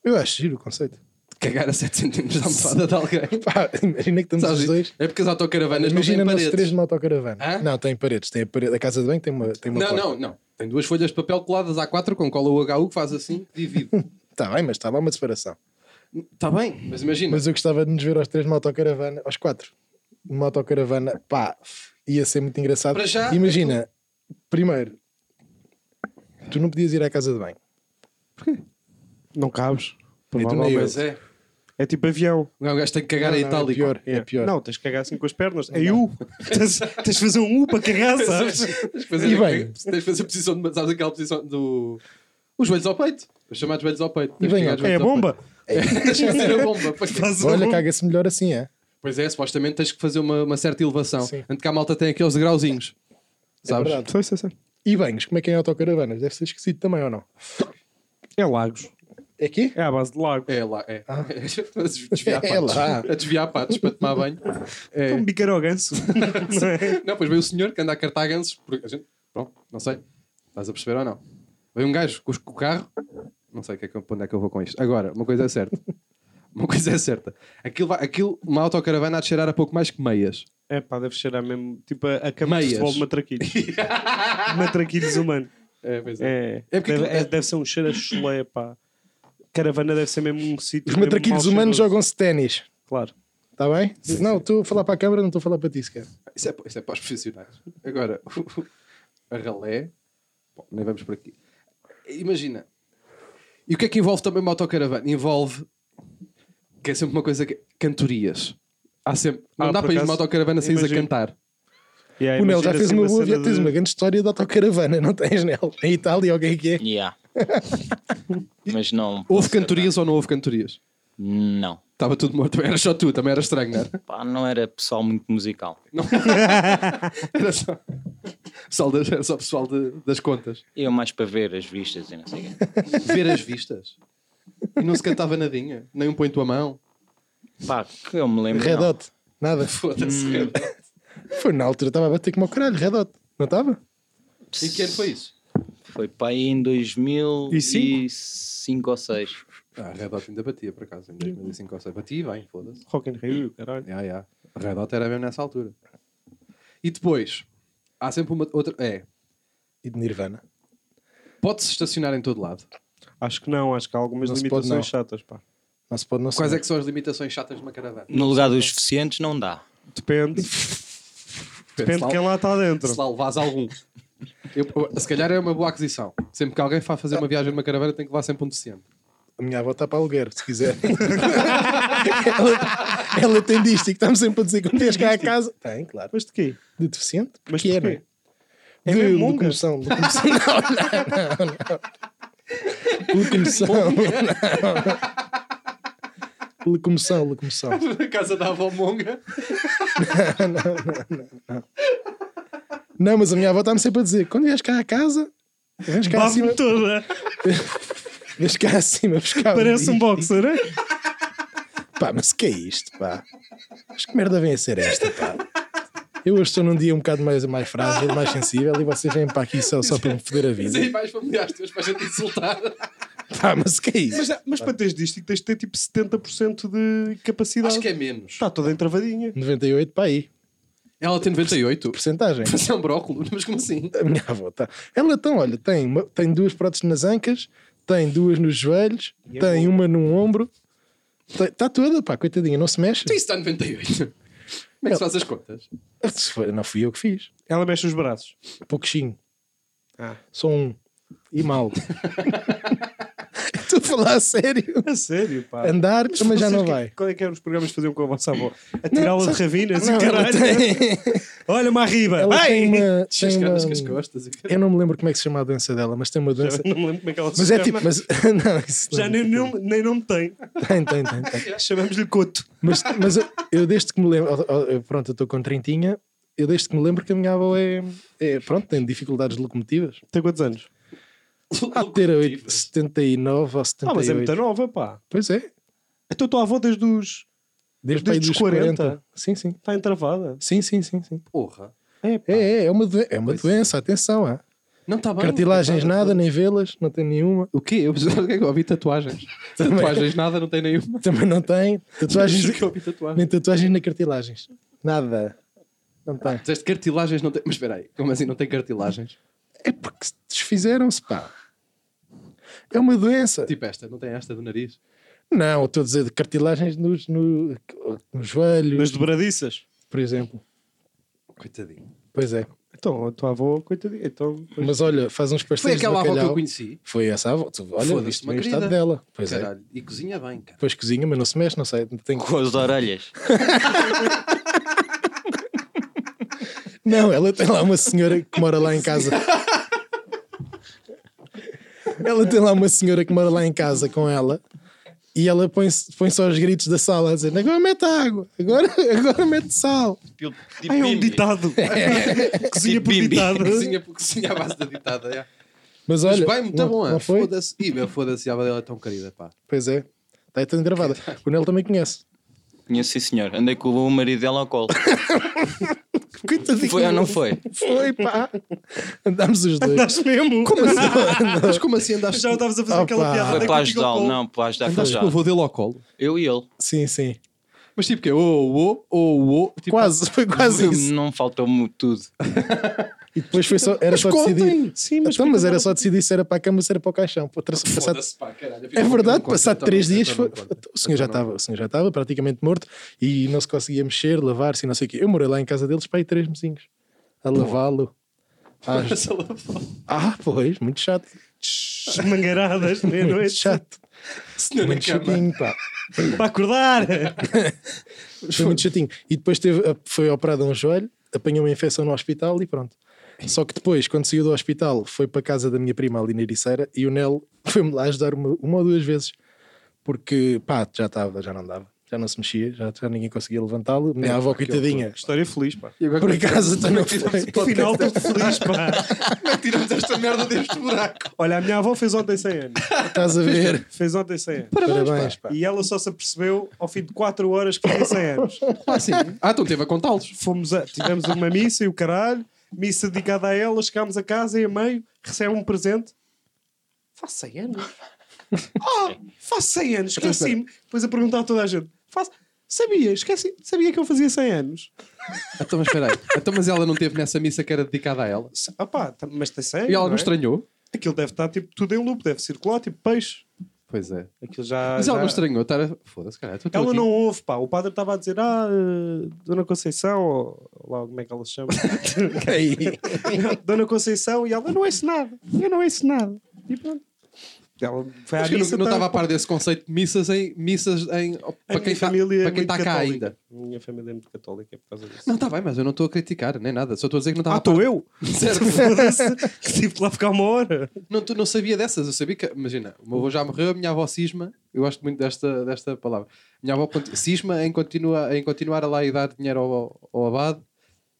Speaker 3: Eu acho giro o conceito.
Speaker 2: Cagar a 7 centímetros da almofada de alguém.
Speaker 3: Pá, imagina que estamos
Speaker 2: Sabes,
Speaker 3: os dois.
Speaker 2: É porque as autocaravanas
Speaker 3: Imagina
Speaker 2: não
Speaker 3: nós
Speaker 2: têm
Speaker 3: três
Speaker 2: paredes.
Speaker 3: numa autocaravana.
Speaker 2: Hã?
Speaker 3: Não, tem paredes. Tem a, parede, a casa de banho tem uma, tem uma
Speaker 2: Não,
Speaker 3: porta.
Speaker 2: não, não. Tem duas folhas de papel coladas a 4 com cola UHU que faz assim, divide.
Speaker 3: Está Tá bem, mas está lá uma separação.
Speaker 2: Está bem, mas imagina.
Speaker 3: Mas eu gostava de nos ver aos três numa autocaravana, aos quatro, numa autocaravana, pá, ia ser muito engraçado.
Speaker 2: Para já,
Speaker 3: Imagina, primeiro, tu não podias ir à casa de banho.
Speaker 1: Não cabes.
Speaker 3: tu
Speaker 1: provavelmente.
Speaker 3: nem eu.
Speaker 2: Mas é.
Speaker 1: É tipo avião.
Speaker 2: Não, o gajo tem que cagar
Speaker 3: Não,
Speaker 2: em
Speaker 3: não,
Speaker 2: itálico.
Speaker 3: É pior, é pior.
Speaker 1: Não, tens que cagar assim com as pernas. É U. tens, tens de fazer um U para cagar,
Speaker 3: é.
Speaker 1: sabes?
Speaker 2: Tens que fazer,
Speaker 3: E bem.
Speaker 2: tens que fazer a posição de, sabes aquela posição do. Os joelhos ao peito. Os chamados joelhos ao peito. Tens
Speaker 3: E
Speaker 2: que
Speaker 3: bem,
Speaker 2: pegar os
Speaker 1: É a
Speaker 2: joelhos ao
Speaker 1: bomba.
Speaker 2: peito. Tens que fazer a bomba. Pois, é.
Speaker 1: Faz a
Speaker 3: Olha,
Speaker 1: bomba.
Speaker 3: caga-se melhor assim, é?
Speaker 2: pois é, supostamente tens que fazer uma, uma certa elevação.
Speaker 3: Sim. É
Speaker 2: Antes que a malta tem aqueles degrauzinhos. Sabes?
Speaker 3: verdade.
Speaker 1: Sei, sei, sei.
Speaker 3: E banhos, como é que é em autocaravanas? Deve ser esquisito também, ou não?
Speaker 1: É lagos.
Speaker 3: É aqui?
Speaker 1: É à base de lago.
Speaker 2: É lá, é. A desviar
Speaker 3: Ah. É
Speaker 2: patos.
Speaker 3: lá.
Speaker 2: A desviar patos para tomar banho. É.
Speaker 1: É um bicar ao ganso. Não é?
Speaker 2: Não, pois veio o senhor que anda a cartar gansos. Porque a gente, pronto, não sei. Estás a perceber ou não? Veio um gajo com os- com o carro. Não sei o que é que, eu- para onde é que eu vou com isto. Agora, uma coisa é certa. Uma coisa é certa. Aquilo, vai- aquilo uma autocaravana há de cheirar a pouco mais que meias.
Speaker 1: É pá, deve cheirar mesmo. Tipo a, a cama
Speaker 2: Meias.
Speaker 1: de futebol de matraquilhos. matraquilhos humano.
Speaker 2: É, pois
Speaker 1: É.
Speaker 2: É porque
Speaker 1: deve,
Speaker 2: aquilo-
Speaker 1: é- deve ser um cheiro a chulé, pá. Caravana deve ser mesmo um sítio.
Speaker 3: Os
Speaker 1: mesmo
Speaker 3: matraquilhos
Speaker 1: mal
Speaker 3: humanos
Speaker 1: cheiroso.
Speaker 3: jogam-se ténis.
Speaker 1: Claro.
Speaker 3: Está bem? Não, estou a falar para a câmara, não estou a falar para ti, sequer.
Speaker 2: Isso é, pa- isso é para os profissionais. Agora, a ralé. Bom, nem vamos por aqui. Imagina. E o que é que envolve também uma autocaravana? Envolve. Que é sempre uma coisa que. Cantorias. Há sempre. Não
Speaker 1: Ah,
Speaker 2: dá
Speaker 1: por
Speaker 2: para ir numa
Speaker 1: acaso,
Speaker 2: autocaravana sem a
Speaker 1: imagino.
Speaker 2: cantar.
Speaker 1: E aí,
Speaker 3: o Nel já
Speaker 1: imagina
Speaker 3: fez
Speaker 1: assim
Speaker 3: uma boa
Speaker 1: cena
Speaker 3: viagem, tens
Speaker 1: de-
Speaker 3: uma grande história de autocaravana, não tens, Nel? Em Itália, ou o que é que é?
Speaker 4: Yeah. Mas não.
Speaker 2: Houve cantorias ou não houve cantorias?
Speaker 4: Não.
Speaker 2: Estava tudo morto. Era só tu, também era estranho, não era?
Speaker 4: Pá, não era pessoal muito musical.
Speaker 2: Era só. pessoal das- Era só pessoal de- das contas.
Speaker 4: Eu mais para ver as vistas e não sei o quê.
Speaker 2: Ver as vistas. E não se cantava nadinha. Nem um põe tua mão.
Speaker 4: Pá, que eu me lembro.
Speaker 3: Red
Speaker 4: não.
Speaker 3: Hot, nada.
Speaker 2: Foda-se.
Speaker 3: Foi na altura, estava a bater como o caralho, Red Hot. Não estava?
Speaker 2: Em que ano foi isso?
Speaker 4: Foi para aí em 2005 ou 6.
Speaker 2: Ah, Red Hot ainda batia, por acaso, em 2005 ou 6. Batia e bem, foda-se.
Speaker 1: Rock in Rio, caralho.
Speaker 2: Yeah, yeah. Red Hot era mesmo nessa altura. E depois, há sempre uma outra... É,
Speaker 3: E de Nirvana.
Speaker 2: pode-se estacionar em todo lado.
Speaker 1: Acho que não, acho que há algumas
Speaker 3: Não se pode,
Speaker 1: limitações
Speaker 3: não.
Speaker 1: chatas, pá.
Speaker 3: Não se pode não
Speaker 2: Quais
Speaker 3: saber.
Speaker 2: é que são as limitações chatas de uma caravana?
Speaker 4: No lugar dos deficientes não dá.
Speaker 1: Depende. Depende de quem é lá está dentro.
Speaker 2: Se lá levas algum. Eu- se calhar é uma boa aquisição. Sempre que alguém for fazer uma viagem numa caravana, tem que levar sempre um deficiente.
Speaker 3: A minha avó está para aluguer, se quiser. ela, ela tem dístico, estamos sempre a dizer que não tens cá a casa. Tem, claro.
Speaker 1: Mas de quê?
Speaker 3: De deficiente?
Speaker 1: Mas
Speaker 3: que é, não
Speaker 1: porquê? É
Speaker 3: é? de,
Speaker 1: mesmo
Speaker 3: de
Speaker 1: monga?
Speaker 3: comoção, de comoção. Não, não, não. Locomoção, não. Locomoção, locomoção.
Speaker 2: Na casa da avó Monga.
Speaker 3: Não, mas a minha avó está-me sempre a dizer: quando vieres cá a casa, vens cá acima,
Speaker 1: Bave-me toda.
Speaker 3: vens cá acima buscar. o
Speaker 1: Parece um
Speaker 3: disco."
Speaker 1: boxer, é?
Speaker 3: Pá, mas o que é isto, pá? Mas que merda vem a ser esta, pá? Eu hoje estou num dia um bocado mais, mais frágil, mais sensível e vocês vêm para aqui só, só para me foder a
Speaker 2: Diz
Speaker 3: vida.
Speaker 2: aí mais familiares teus para a gente insultar.
Speaker 3: Pá, mas o que é
Speaker 1: Mas,
Speaker 3: isto?
Speaker 1: mas para teres disto, tens de ter tipo 70% de capacidade.
Speaker 2: Acho que é menos.
Speaker 1: Está toda entravadinha.
Speaker 3: 98 para aí,
Speaker 2: Ela tem 98.
Speaker 3: porcentagem.
Speaker 2: Mas é um bróculo. Mas como assim?
Speaker 3: A minha avó tá. Ela então, olha, tem, uma- tem duas próteses nas ancas, tem duas nos joelhos, tem uma no ombro. Está toda, pá, coitadinha, não se mexe.
Speaker 2: Tu
Speaker 1: Então
Speaker 2: isso está 98. Como é que se faz as contas?
Speaker 3: Se foi- Não fui eu que fiz.
Speaker 1: Ela mexe os braços.
Speaker 3: Pouquinho.
Speaker 1: Ah.
Speaker 3: Só um. E mal. Estou a falar a sério.
Speaker 1: A sério, pá.
Speaker 3: Andar, mas já
Speaker 1: Ah. Vocês
Speaker 3: não
Speaker 1: que-
Speaker 3: vai.
Speaker 1: Qual é que eram os programas que faziam com a vossa avó? Atirá-la de
Speaker 3: sabe-
Speaker 1: ravinas
Speaker 3: Não,
Speaker 1: e
Speaker 3: ela
Speaker 1: caralho.
Speaker 3: tem,
Speaker 1: Olha-me arriba.
Speaker 3: ela
Speaker 1: Vai!
Speaker 3: tem uma. tem
Speaker 2: Descradas
Speaker 3: uma-
Speaker 2: com as costas. e caralho.
Speaker 3: eu não me lembro como é que se chama a doença dela, mas tem uma doença.
Speaker 1: Não me lembro como é que ela se
Speaker 3: Mas é
Speaker 1: chama.
Speaker 3: tipo. Mas, não, isso
Speaker 1: Já
Speaker 3: não-
Speaker 1: nem, nem, nem nome tem.
Speaker 3: Tem, tem, tem. tem.
Speaker 1: Chamamos-lhe Coto.
Speaker 3: Mas, mas eu, eu desde que me lembro, oh, oh, eu, pronto, eu estou com 30, eu desde que me lembro que a minha avó é, é, pronto, tem dificuldades locomotivas.
Speaker 1: Tem quantos anos?
Speaker 3: Há de ter oito- 79 ou 78.
Speaker 1: Ah, mas é muito nova, pá.
Speaker 3: Pois é,
Speaker 1: Então a tua avó desde os...
Speaker 3: desde,
Speaker 1: Desde
Speaker 3: aí
Speaker 1: os
Speaker 3: dos 40.
Speaker 1: 40.
Speaker 3: Sim, sim.
Speaker 1: Está entravada.
Speaker 3: Sim, sim, sim, sim.
Speaker 2: Porra.
Speaker 1: É, pá.
Speaker 3: É, é, é uma, doen- é uma
Speaker 2: Pois.
Speaker 3: doença, atenção. ah.
Speaker 2: Não está bem.
Speaker 3: Cartilagens
Speaker 2: Não tá-
Speaker 3: nada, nem velas, não tem nenhuma.
Speaker 2: O quê? Eu preciso o que é que eu ouvi? Tatuagens. tatuagens, nada, não tem nenhuma.
Speaker 3: Também não tem.
Speaker 2: Juro
Speaker 3: Tatuagens,
Speaker 2: que eu ouvi tatuagens.
Speaker 3: nem tatuagens nem cartilagens. Nada. Não tem.
Speaker 2: Dizeste cartilagens não tem. Mas espera aí, como assim não tem cartilagens?
Speaker 3: É porque se desfizeram-se, pá. É uma doença.
Speaker 2: Tipo esta, não tem esta do nariz?
Speaker 3: Não, eu estou a dizer de cartilagens nos, no, nos joelhos,
Speaker 1: Nas dobradiças.
Speaker 3: por exemplo.
Speaker 2: Coitadinho.
Speaker 3: Pois é.
Speaker 1: Então, a tua avó, coitadinha. Então,
Speaker 3: Mas olha, faz uns
Speaker 2: Foi
Speaker 3: pastéis de
Speaker 2: aquela avó que eu
Speaker 3: bacalhau.
Speaker 2: conheci.
Speaker 3: Foi essa avó. Tu, olha,
Speaker 2: Foda-se,
Speaker 3: viste
Speaker 2: uma
Speaker 3: bem o
Speaker 2: querida.
Speaker 3: estado dela. Pois é.
Speaker 2: Caralho. E cozinha bem, cara.
Speaker 3: Depois cozinha, mas não se mexe, não sei. Tem...
Speaker 4: Com as orelhas.
Speaker 3: Não, ela tem lá uma senhora que mora lá em casa. Ela tem lá uma senhora que mora lá em casa com ela e ela põe-se põe só os gritos da sala a dizer agora mete água, agora, agora mete sal.
Speaker 4: Tipo, tipo
Speaker 1: Ah, é um
Speaker 4: bimbi.
Speaker 1: ditado. Cozinha
Speaker 4: Tipo
Speaker 1: por
Speaker 4: bimbi.
Speaker 1: ditado.
Speaker 2: Cozinha, cozinha à base da ditada. é. Mas
Speaker 3: Mas olha,
Speaker 2: bem, muito
Speaker 3: não,
Speaker 2: bom, é.
Speaker 3: não foi?
Speaker 2: Foda-se. Ih, meu, foda-se, a avó dela é tão querida, pá.
Speaker 3: Pois é, está aí tão gravada. O Nel também conhece.
Speaker 4: Conheço, sim, senhor. Andei com o marido dela ao colo.
Speaker 1: Ah,
Speaker 3: Coitadinho.
Speaker 4: Foi ou não foi?
Speaker 3: Foi, pá. Andámos os dois.
Speaker 1: Estás mesmo?
Speaker 2: Mas como assim andaste,
Speaker 1: Já estavas a fazer
Speaker 3: Opa.
Speaker 1: aquela piada.
Speaker 4: Foi
Speaker 1: Andei
Speaker 4: para
Speaker 1: contigo ao
Speaker 4: ajudá-lo,
Speaker 1: colo.
Speaker 4: não, para ajudar para
Speaker 2: andaste
Speaker 4: já.
Speaker 2: com o avô dele ao colo?
Speaker 4: Eu e ele.
Speaker 3: Sim, sim.
Speaker 2: Mas tipo que ou ou ou ou tipo,
Speaker 3: Quase, foi quase isso.
Speaker 4: Não faltou-me tudo.
Speaker 3: E depois foi só, era só decidir.
Speaker 1: Sim,
Speaker 3: Mas,
Speaker 1: mas,
Speaker 3: então, mas era só decidir se era para a cama ou se era para o caixão. Para tra- passar-
Speaker 2: Foda-se, pá, caralho,
Speaker 3: É
Speaker 2: afinal,
Speaker 3: verdade,
Speaker 2: não conta,
Speaker 3: passado
Speaker 2: então
Speaker 3: três
Speaker 2: não-
Speaker 3: dias
Speaker 2: então
Speaker 3: foi,
Speaker 2: não conta.
Speaker 3: o, senhor já
Speaker 2: Então não
Speaker 3: estava, o senhor já estava praticamente morto e não se conseguia mexer, lavar-se e não sei o quê. Eu morei lá em casa deles para aí três mesinhos a lavá-lo. Ah,
Speaker 2: conta. Essa lavada.
Speaker 3: ah, pois, muito chato.
Speaker 1: Mangaradas, né? não é?
Speaker 3: Muito chato.
Speaker 2: Senhor na
Speaker 3: Muito
Speaker 2: cama.
Speaker 3: chatinho, pá.
Speaker 1: Para acordar.
Speaker 3: Foi muito chatinho. E depois teve, foi operado a um joelho, apanhou uma infecção no hospital e pronto. Só que depois, quando saiu do hospital, foi para a casa da minha prima ali na Ericeira e o Nel foi-me lá ajudar uma, uma ou duas vezes. Porque, pá, já estava, já não dava. Já não se mexia, já, já ninguém conseguia levantá-lo. Minha avó, coitadinha,
Speaker 1: História feliz, pá.
Speaker 2: E agora
Speaker 3: por
Speaker 2: como é que-
Speaker 3: acaso tu não
Speaker 2: tiramos
Speaker 3: foi.
Speaker 2: o podcast?
Speaker 1: Afinal, estou feliz, pá.
Speaker 2: Como é que tiramos esta merda deste buraco?
Speaker 1: Olha, a minha avó fez ontem 100 anos.
Speaker 3: Estás a ver?
Speaker 1: Fez ontem 100 anos.
Speaker 3: Parabéns, pá.
Speaker 1: E ela só se apercebeu ao fim de 4 horas que tinha 100 anos.
Speaker 2: Ah, sim. Ah, então teve a contá-los.
Speaker 1: Fomos a- tivemos uma missa e o caralho, missa dedicada a ela, chegámos a casa e a meio recebe um presente. Faz 100 anos. Ah, faz 100 anos, esqueci-me. Depois a perguntar a toda a gente. Faz... Sabia, esqueci, sabia que eu fazia 100 anos.
Speaker 2: Então, mas espera aí. Então, mas ela não teve nessa missa que era dedicada a ela.
Speaker 1: Se- Ah pá, tá- mas tem 100
Speaker 2: E ela
Speaker 1: não
Speaker 2: não
Speaker 1: é?
Speaker 2: estranhou?
Speaker 1: Aquilo deve estar tipo tudo em loop, deve circular, tipo peixe.
Speaker 2: Pois é.
Speaker 1: Aquilo já.
Speaker 2: Mas ela
Speaker 1: já-
Speaker 2: não estranhou. Estar a... Foda-se, caralho. então estou
Speaker 1: Ela
Speaker 2: aqui.
Speaker 1: não ouve, pá. O padre estava a dizer, ah, eh, Dona Conceição, ou lá como é que ela se chama? Dona Conceição, e ela não é nada, eu não é nada. E pronto. Ela foi à
Speaker 2: Acho que eu
Speaker 1: missa,
Speaker 2: não- não
Speaker 1: tá-
Speaker 2: estava a par desse conceito de missas em. Missas em
Speaker 1: A
Speaker 2: para quem
Speaker 1: minha
Speaker 2: está
Speaker 1: família é
Speaker 2: para quem
Speaker 1: muito
Speaker 2: está cá
Speaker 1: católica.
Speaker 2: ainda.
Speaker 1: A minha família é muito católica, é por causa disso.
Speaker 2: Não, está bem, mas eu não estou a criticar, nem nada. Só estou a dizer que não estava
Speaker 1: ah,
Speaker 2: a par.
Speaker 1: estou eu?
Speaker 2: Certo.
Speaker 1: Foda-se, que tive de lá ficar uma hora.
Speaker 2: Não, tu não sabia dessas, eu sabia que. Imagina, o meu avô já morreu, a minha avó cisma. Eu gosto muito desta, desta palavra. Minha avó conti- cisma em, continua, em continuar a lá e dar dinheiro ao, ao abade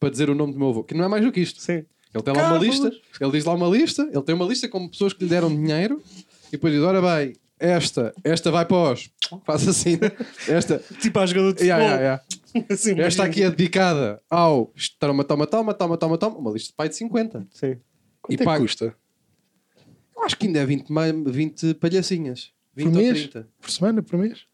Speaker 2: para dizer o nome do meu avô, que não é mais do que isto.
Speaker 1: Sim.
Speaker 2: Ele tem lá uma
Speaker 1: Carlos.
Speaker 2: lista, ele diz lá uma lista, ele tem uma lista com pessoas que lhe deram dinheiro e depois diz: ora bem, esta, esta vai para os. Faz assim, esta.
Speaker 1: Tipo a jogador de futebol.
Speaker 2: Yeah, yeah, yeah.
Speaker 1: Assim, imagina.
Speaker 2: Esta aqui é dedicada ao toma, toma, toma, toma, toma, toma, uma lista de pai de 50.
Speaker 1: Sim.
Speaker 3: Quanto
Speaker 2: E
Speaker 3: é que
Speaker 2: pago.
Speaker 3: custa?
Speaker 2: Eu acho que ainda é 20, ma- 20 palhacinhas. 20 ou
Speaker 3: mês?
Speaker 2: 30.
Speaker 3: Por semana, por mês?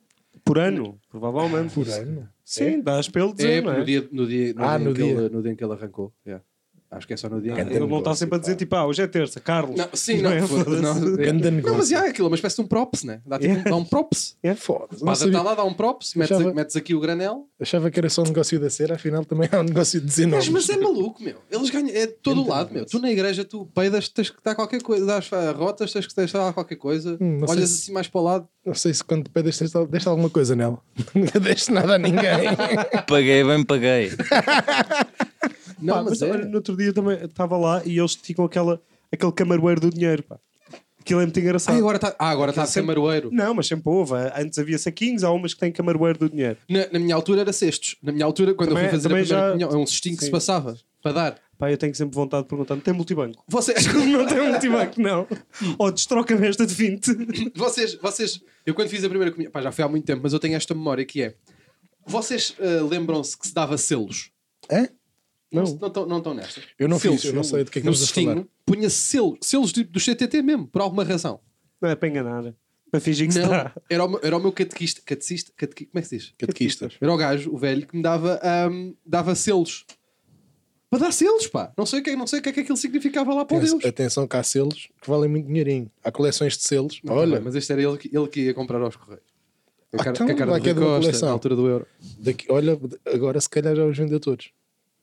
Speaker 1: Por ano, provavelmente. Por ano? Sim, dás pelo dizer,
Speaker 2: É,
Speaker 1: não
Speaker 2: no dia, no dia, no
Speaker 3: Ah,
Speaker 2: dia
Speaker 3: no
Speaker 2: em que
Speaker 3: dia.
Speaker 2: Ele, no dia em que ele arrancou. yeah. Acho que é só no dia. em que
Speaker 1: Ele não está sempre a dizer tipo, ah, hoje é terça, Carlos.
Speaker 2: Não, sim, não,
Speaker 1: é?
Speaker 2: foda-se, não,
Speaker 1: Foda-se.
Speaker 2: é.
Speaker 3: Ganda
Speaker 2: não, mas
Speaker 3: negócio.
Speaker 2: yeah, aquilo é uma espécie de um props, né? Dá, tipo,
Speaker 1: Yeah.
Speaker 2: dá um props.
Speaker 1: É.
Speaker 3: Foda-se. não
Speaker 2: Mas está
Speaker 3: sabia.
Speaker 2: lá, dá um props, metes,
Speaker 3: Achava-
Speaker 2: metes aqui o granel.
Speaker 3: Achava que era só um negócio da cera, afinal também é um negócio de
Speaker 2: Mas,
Speaker 3: 19.
Speaker 2: mas é maluco, meu. Eles ganham, é de todo o lado, meu. Tu na igreja, tu peidas, tens que dar qualquer coisa, das rotas, tens que deixar lá qualquer coisa.
Speaker 3: Hum, não sei
Speaker 2: Olhas
Speaker 3: se-
Speaker 2: assim mais para o lado.
Speaker 3: Não sei se quando pedes deste, deste alguma coisa nela. Nunca deste nada a ninguém.
Speaker 4: Paguei, bem paguei.
Speaker 2: Não,
Speaker 1: Pá,
Speaker 2: mas,
Speaker 1: mas
Speaker 2: é.
Speaker 1: olha, no outro dia também estava lá e eles tinham aquela, aquele camaroeiro do dinheiro, pá. Aquilo é muito
Speaker 2: Ah,
Speaker 1: engraçado.
Speaker 2: agora está ah, agora tá a ser
Speaker 1: sempre-
Speaker 2: maroeiro.
Speaker 1: Não, mas sempre houve. Antes havia saquinhos, há umas que têm camaroeiro do dinheiro.
Speaker 2: Na, na minha altura era cestos. Na minha altura, quando
Speaker 1: Também-
Speaker 2: eu fui fazer a
Speaker 1: também
Speaker 2: primeira
Speaker 1: já-
Speaker 2: comunhão, é um cestinho que se
Speaker 1: Sim.
Speaker 2: passava para dar.
Speaker 1: Pá, eu tenho sempre vontade de perguntar, não tem multibanco?
Speaker 2: Vocês,
Speaker 1: Não tem multibanco, não. Ou destroca-me esta de 20.
Speaker 2: vocês, vocês, eu quando fiz a primeira comunhão, pá, já foi há muito tempo, mas eu eh, tenho esta memória que é: vocês ah, lembram-se que se dava selos?
Speaker 3: Hã?
Speaker 2: Não
Speaker 3: Não.
Speaker 2: estão não, tão- não tão nesta.
Speaker 3: Eu não
Speaker 2: Selos,
Speaker 3: fiz, eu não sei do que é que
Speaker 2: no
Speaker 3: estamos a
Speaker 2: cestinho,
Speaker 3: falar.
Speaker 2: punha selo, selos de- do CTT mesmo, por alguma razão.
Speaker 1: Não é para enganar. Para fingir que
Speaker 2: Não,
Speaker 1: está.
Speaker 2: era o meu, era o meu catequista, catequista, catequi- como é que se diz?
Speaker 3: Catequistas.
Speaker 2: Era o gajo, o velho, que me dava, ahm, dava selos. Para dar selos, pá. Não sei o que, não sei o que é que aquilo significava lá para o
Speaker 3: Atenção-
Speaker 2: Deus.
Speaker 3: Atenção que há selos que valem muito dinheirinho. Há coleções de selos.
Speaker 2: Não, tá
Speaker 3: Olha,
Speaker 2: bem, mas este era ele que, ele que ia comprar aos Correios. Com A
Speaker 3: Ah,
Speaker 2: cara,
Speaker 3: então,
Speaker 2: com a cara
Speaker 3: lá
Speaker 2: do
Speaker 3: que é
Speaker 2: Rui
Speaker 3: de uma
Speaker 2: Costa,
Speaker 3: coleção.
Speaker 2: na altura do euro.
Speaker 3: daqui, olha, agora se calhar já os vendeu todos.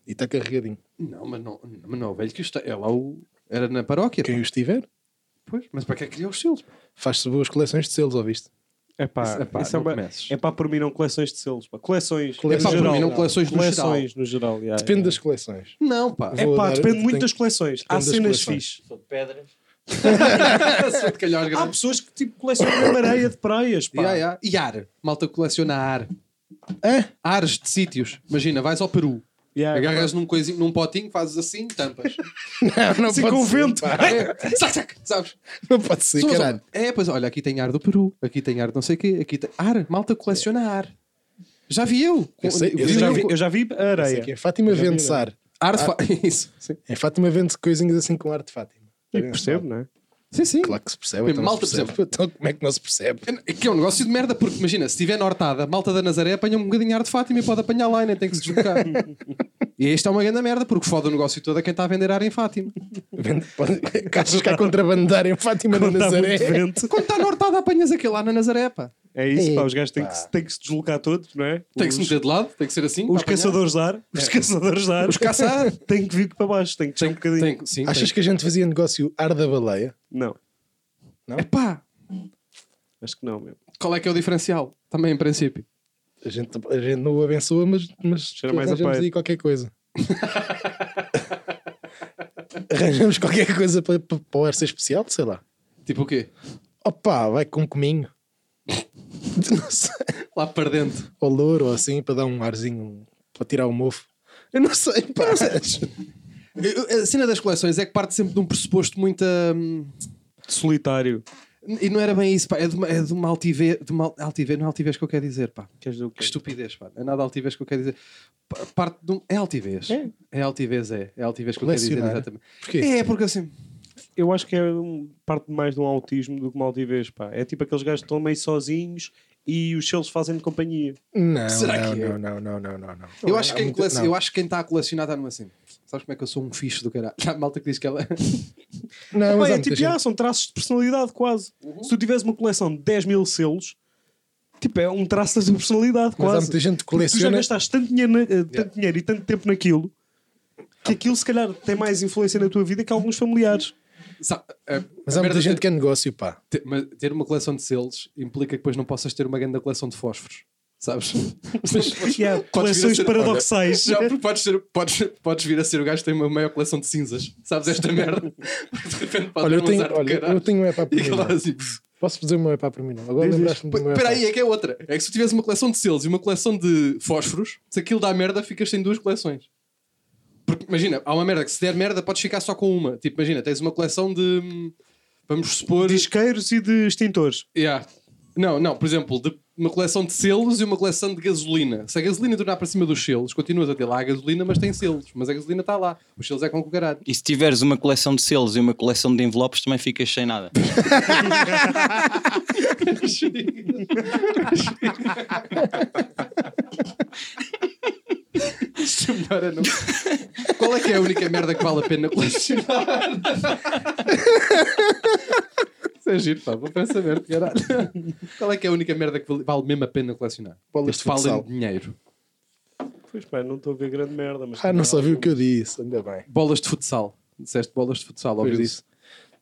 Speaker 3: E está carregadinho.
Speaker 2: Não, mas não, mas não é o velho que está. É lá o. Era na paróquia.
Speaker 3: Quem os tiver,
Speaker 2: Pois, mas para que é que queria os selos?
Speaker 3: faz-se boas coleções de selos, ouviste?
Speaker 1: É
Speaker 2: Isso-
Speaker 1: pá,
Speaker 2: epá,
Speaker 1: isso é
Speaker 2: não
Speaker 1: uma-
Speaker 2: comeces.
Speaker 1: é pá, por mim não coleções de selos. Pá. Coleções.
Speaker 3: Coleções.
Speaker 1: no
Speaker 3: É pá, por
Speaker 1: geral.
Speaker 3: mim não
Speaker 2: coleções no
Speaker 1: Coleções no geral. yeah,
Speaker 3: Depende
Speaker 1: yeah.
Speaker 3: das coleções.
Speaker 2: Não, pá.
Speaker 1: É
Speaker 3: Vou
Speaker 1: pá,
Speaker 3: dar-
Speaker 1: depende muito
Speaker 3: tenho-
Speaker 1: das coleções. Há
Speaker 3: depende das
Speaker 1: cenas
Speaker 3: coleções.
Speaker 1: fixes.
Speaker 4: Sou de pedras.
Speaker 2: Só de calhar
Speaker 1: Há
Speaker 2: grande.
Speaker 1: pessoas que tipo, colecionam areia de praias. Ah, Pá.
Speaker 2: Ya, ya. E ar. Malta coleciona ar.
Speaker 3: Hã?
Speaker 2: Ares de sítios. Imagina, vais ao Peru.
Speaker 1: Yeah,
Speaker 2: Agarras num, coisinho, num potinho, fazes assim, tampas.
Speaker 3: Não, não
Speaker 1: Assim,
Speaker 3: pode
Speaker 1: com
Speaker 3: ser,
Speaker 1: vento.
Speaker 3: pá.
Speaker 2: É, sac, sac, sabes?
Speaker 3: Não pode ser,
Speaker 2: Sou- sou-
Speaker 3: caralho.
Speaker 2: É, pois olha, aqui tem ar do Peru, aqui tem ar de não sei o quê, aqui tem ar, malta coleciona ar. Já vi eu.
Speaker 3: Eu sei-
Speaker 1: Eu
Speaker 2: Vi
Speaker 1: já
Speaker 2: eu. um
Speaker 1: vi, eu já vi
Speaker 3: Sei que
Speaker 1: areia.
Speaker 3: é Fátima
Speaker 1: vi,
Speaker 3: vende
Speaker 1: não.
Speaker 3: Sar.
Speaker 2: Ar de fa- Isso, sim.
Speaker 3: É Fátima vende coisinhas assim com ar de Fátima.
Speaker 1: Eu percebo, não é?
Speaker 2: Sim, sim.
Speaker 3: Claro que se percebe.
Speaker 2: Bem,
Speaker 3: Então
Speaker 2: malta
Speaker 3: não se percebe. Então como é que não se percebe?
Speaker 2: É que é um negócio de merda, porque imagina, se tiver na hortada, malta da Nazaré apanha um bocadinho de ar de Fátima e pode apanhar lá e nem tem que se deslocar. e isto é uma grande merda, porque foda o negócio todo a quem está a vender ar em Fátima.
Speaker 3: Vende, pode, caixas cá contrabandar em Fátima na
Speaker 1: Quando está
Speaker 3: Nazaré.
Speaker 1: muito vento.
Speaker 2: Quando está na hortada, apanhas aquele lá na Nazaré, pá.
Speaker 1: É isso,
Speaker 3: É.
Speaker 1: pá, os gajos têm que, se- têm que se deslocar todos, não é?
Speaker 2: Tem que se
Speaker 1: os,
Speaker 2: meter de lado, tem que ser assim.
Speaker 1: os
Speaker 2: para apanhar.
Speaker 1: caçadores de ar, os caçadores de ar,
Speaker 2: Os caçar.
Speaker 1: têm que vir para baixo, têm que ser um bocadinho.
Speaker 2: Tem, sim,
Speaker 3: Achas que a gente fazia negócio ar da baleia?
Speaker 1: Não,
Speaker 2: tem. Epá,
Speaker 1: acho que não, meu.
Speaker 2: qual é que é o diferencial? Também, em princípio.
Speaker 3: A gente, a gente não o abençoa, mas, mas
Speaker 1: Cheira mais a
Speaker 3: arranjamos
Speaker 1: peito.
Speaker 3: aí qualquer coisa. arranjamos qualquer coisa para, para, para o ar ser especial, sei lá.
Speaker 2: Tipo o quê?
Speaker 3: Opa, vai com um cominho. não sei.
Speaker 2: Lá para dentro.
Speaker 3: Ou louro, ou assim, para dar um arzinho, para tirar o mofo. Eu não sei, pá.
Speaker 2: Eu- eu- é, A cena das coleções é que parte sempre de um pressuposto muito. hum,
Speaker 1: Solitário.
Speaker 2: E não era bem isso, pá. É de uma, é de uma altivez. De uma al- altivez. Não é altivez que eu quero dizer, pá.
Speaker 1: Queres dizer o quê?
Speaker 2: Que estupidez, pá. É nada altivez que eu quero dizer. Pa- Parte de um... É altivez. É, altivez, é. É altivez que eu quero dizer,
Speaker 3: Colecionar.
Speaker 2: exatamente.
Speaker 3: Porquê?
Speaker 2: É, porque assim.
Speaker 1: Eu acho que é um- parte mais de um autismo do que uma altivez, pá. É tipo aqueles gajos que estão meio sozinhos e os selos fazem companhia.
Speaker 3: Não,
Speaker 2: Será
Speaker 3: não,
Speaker 2: que é?
Speaker 3: não, não, não, não, não, não.
Speaker 2: Eu acho,
Speaker 3: Há
Speaker 2: que quem
Speaker 1: é
Speaker 3: muita-
Speaker 2: cole-
Speaker 3: não.
Speaker 2: eu acho que quem está a colecionar está numa assim. Sabes como é que eu sou um fixe do caralho? Há malta que diz que ela.
Speaker 3: Não, mas
Speaker 1: Pá,
Speaker 3: há
Speaker 1: é
Speaker 3: muita
Speaker 1: tipo,
Speaker 3: gente-
Speaker 1: ah, são traços de personalidade quase.
Speaker 2: Uhum.
Speaker 1: Se tu tivesse uma coleção de 10 mil selos, tipo, é um traço da tua personalidade
Speaker 3: mas há
Speaker 1: quase.
Speaker 3: muita gente que
Speaker 1: Porque Tu já
Speaker 3: coleciona.
Speaker 1: gastaste tanto dinheiro, na- eh, tanto dinheiro e tanto tempo naquilo
Speaker 3: Ah.
Speaker 1: que aquilo se calhar tem mais influência na tua vida que alguns familiares.
Speaker 2: Sabe, é-
Speaker 3: Mas
Speaker 2: a
Speaker 3: há muita
Speaker 2: merda
Speaker 3: gente que é negócio, pá.
Speaker 2: Ter, mas ter uma coleção de selos implica que depois não possas ter uma grande coleção de fósforos. Sabes?
Speaker 1: E há
Speaker 2: Podes vir a
Speaker 1: coleções
Speaker 2: ser-
Speaker 1: paradoxais.
Speaker 2: Já, porque podes, ser, podes, podes vir a ser o gajo que tem uma maior coleção de cinzas. Sabes esta merda? De repente pode
Speaker 3: Olha, eu
Speaker 2: ter um azar
Speaker 3: tenho,
Speaker 2: do
Speaker 3: olha,
Speaker 2: caralho.
Speaker 3: eu tenho um epá
Speaker 2: E
Speaker 3: para mim.
Speaker 2: aquele
Speaker 3: não.
Speaker 2: lá assim. pff.
Speaker 3: Posso fazer um uma epá para mim? não? Agora
Speaker 1: Diz, diz.
Speaker 3: lembraste-me de um uma
Speaker 2: Espera
Speaker 3: epá.
Speaker 2: aí, é que é outra. É que se tu tivesse uma coleção de selos e uma coleção de fósforos, se aquilo dá merda, ficas sem duas coleções. Porque imagina, há uma merda que se der merda, podes ficar só com uma. Tipo, imagina, tens uma coleção de. hum, Vamos supor.
Speaker 1: De isqueiros e de extintores.
Speaker 2: Yeah. Não, não, por exemplo, de- uma coleção de selos e uma coleção de gasolina. Se a gasolina tornar para cima dos selos, continuas a ter lá a gasolina, mas tem selos. Mas a gasolina está lá. Os selos é com o caralho.
Speaker 4: E se tiveres uma coleção de selos e uma coleção de envelopes, também ficas sem nada.
Speaker 2: Isto é melhor é não. Qual é que é a única merda que vale a pena colecionar? Isso é giro, pá, vou para saber, caralho. Qual é que é a única merda que vale- vale mesmo a pena colecionar?
Speaker 3: Bolas de
Speaker 2: Falem
Speaker 3: futsal.
Speaker 2: de dinheiro.
Speaker 1: Pois pá, não estou a ver grande merda, mas. tipo,
Speaker 3: Ah, não só viu o que eu disse, ainda bem.
Speaker 2: Bolas de futsal. Disseste bolas de futsal,
Speaker 3: Pois
Speaker 2: ouviu
Speaker 3: disse.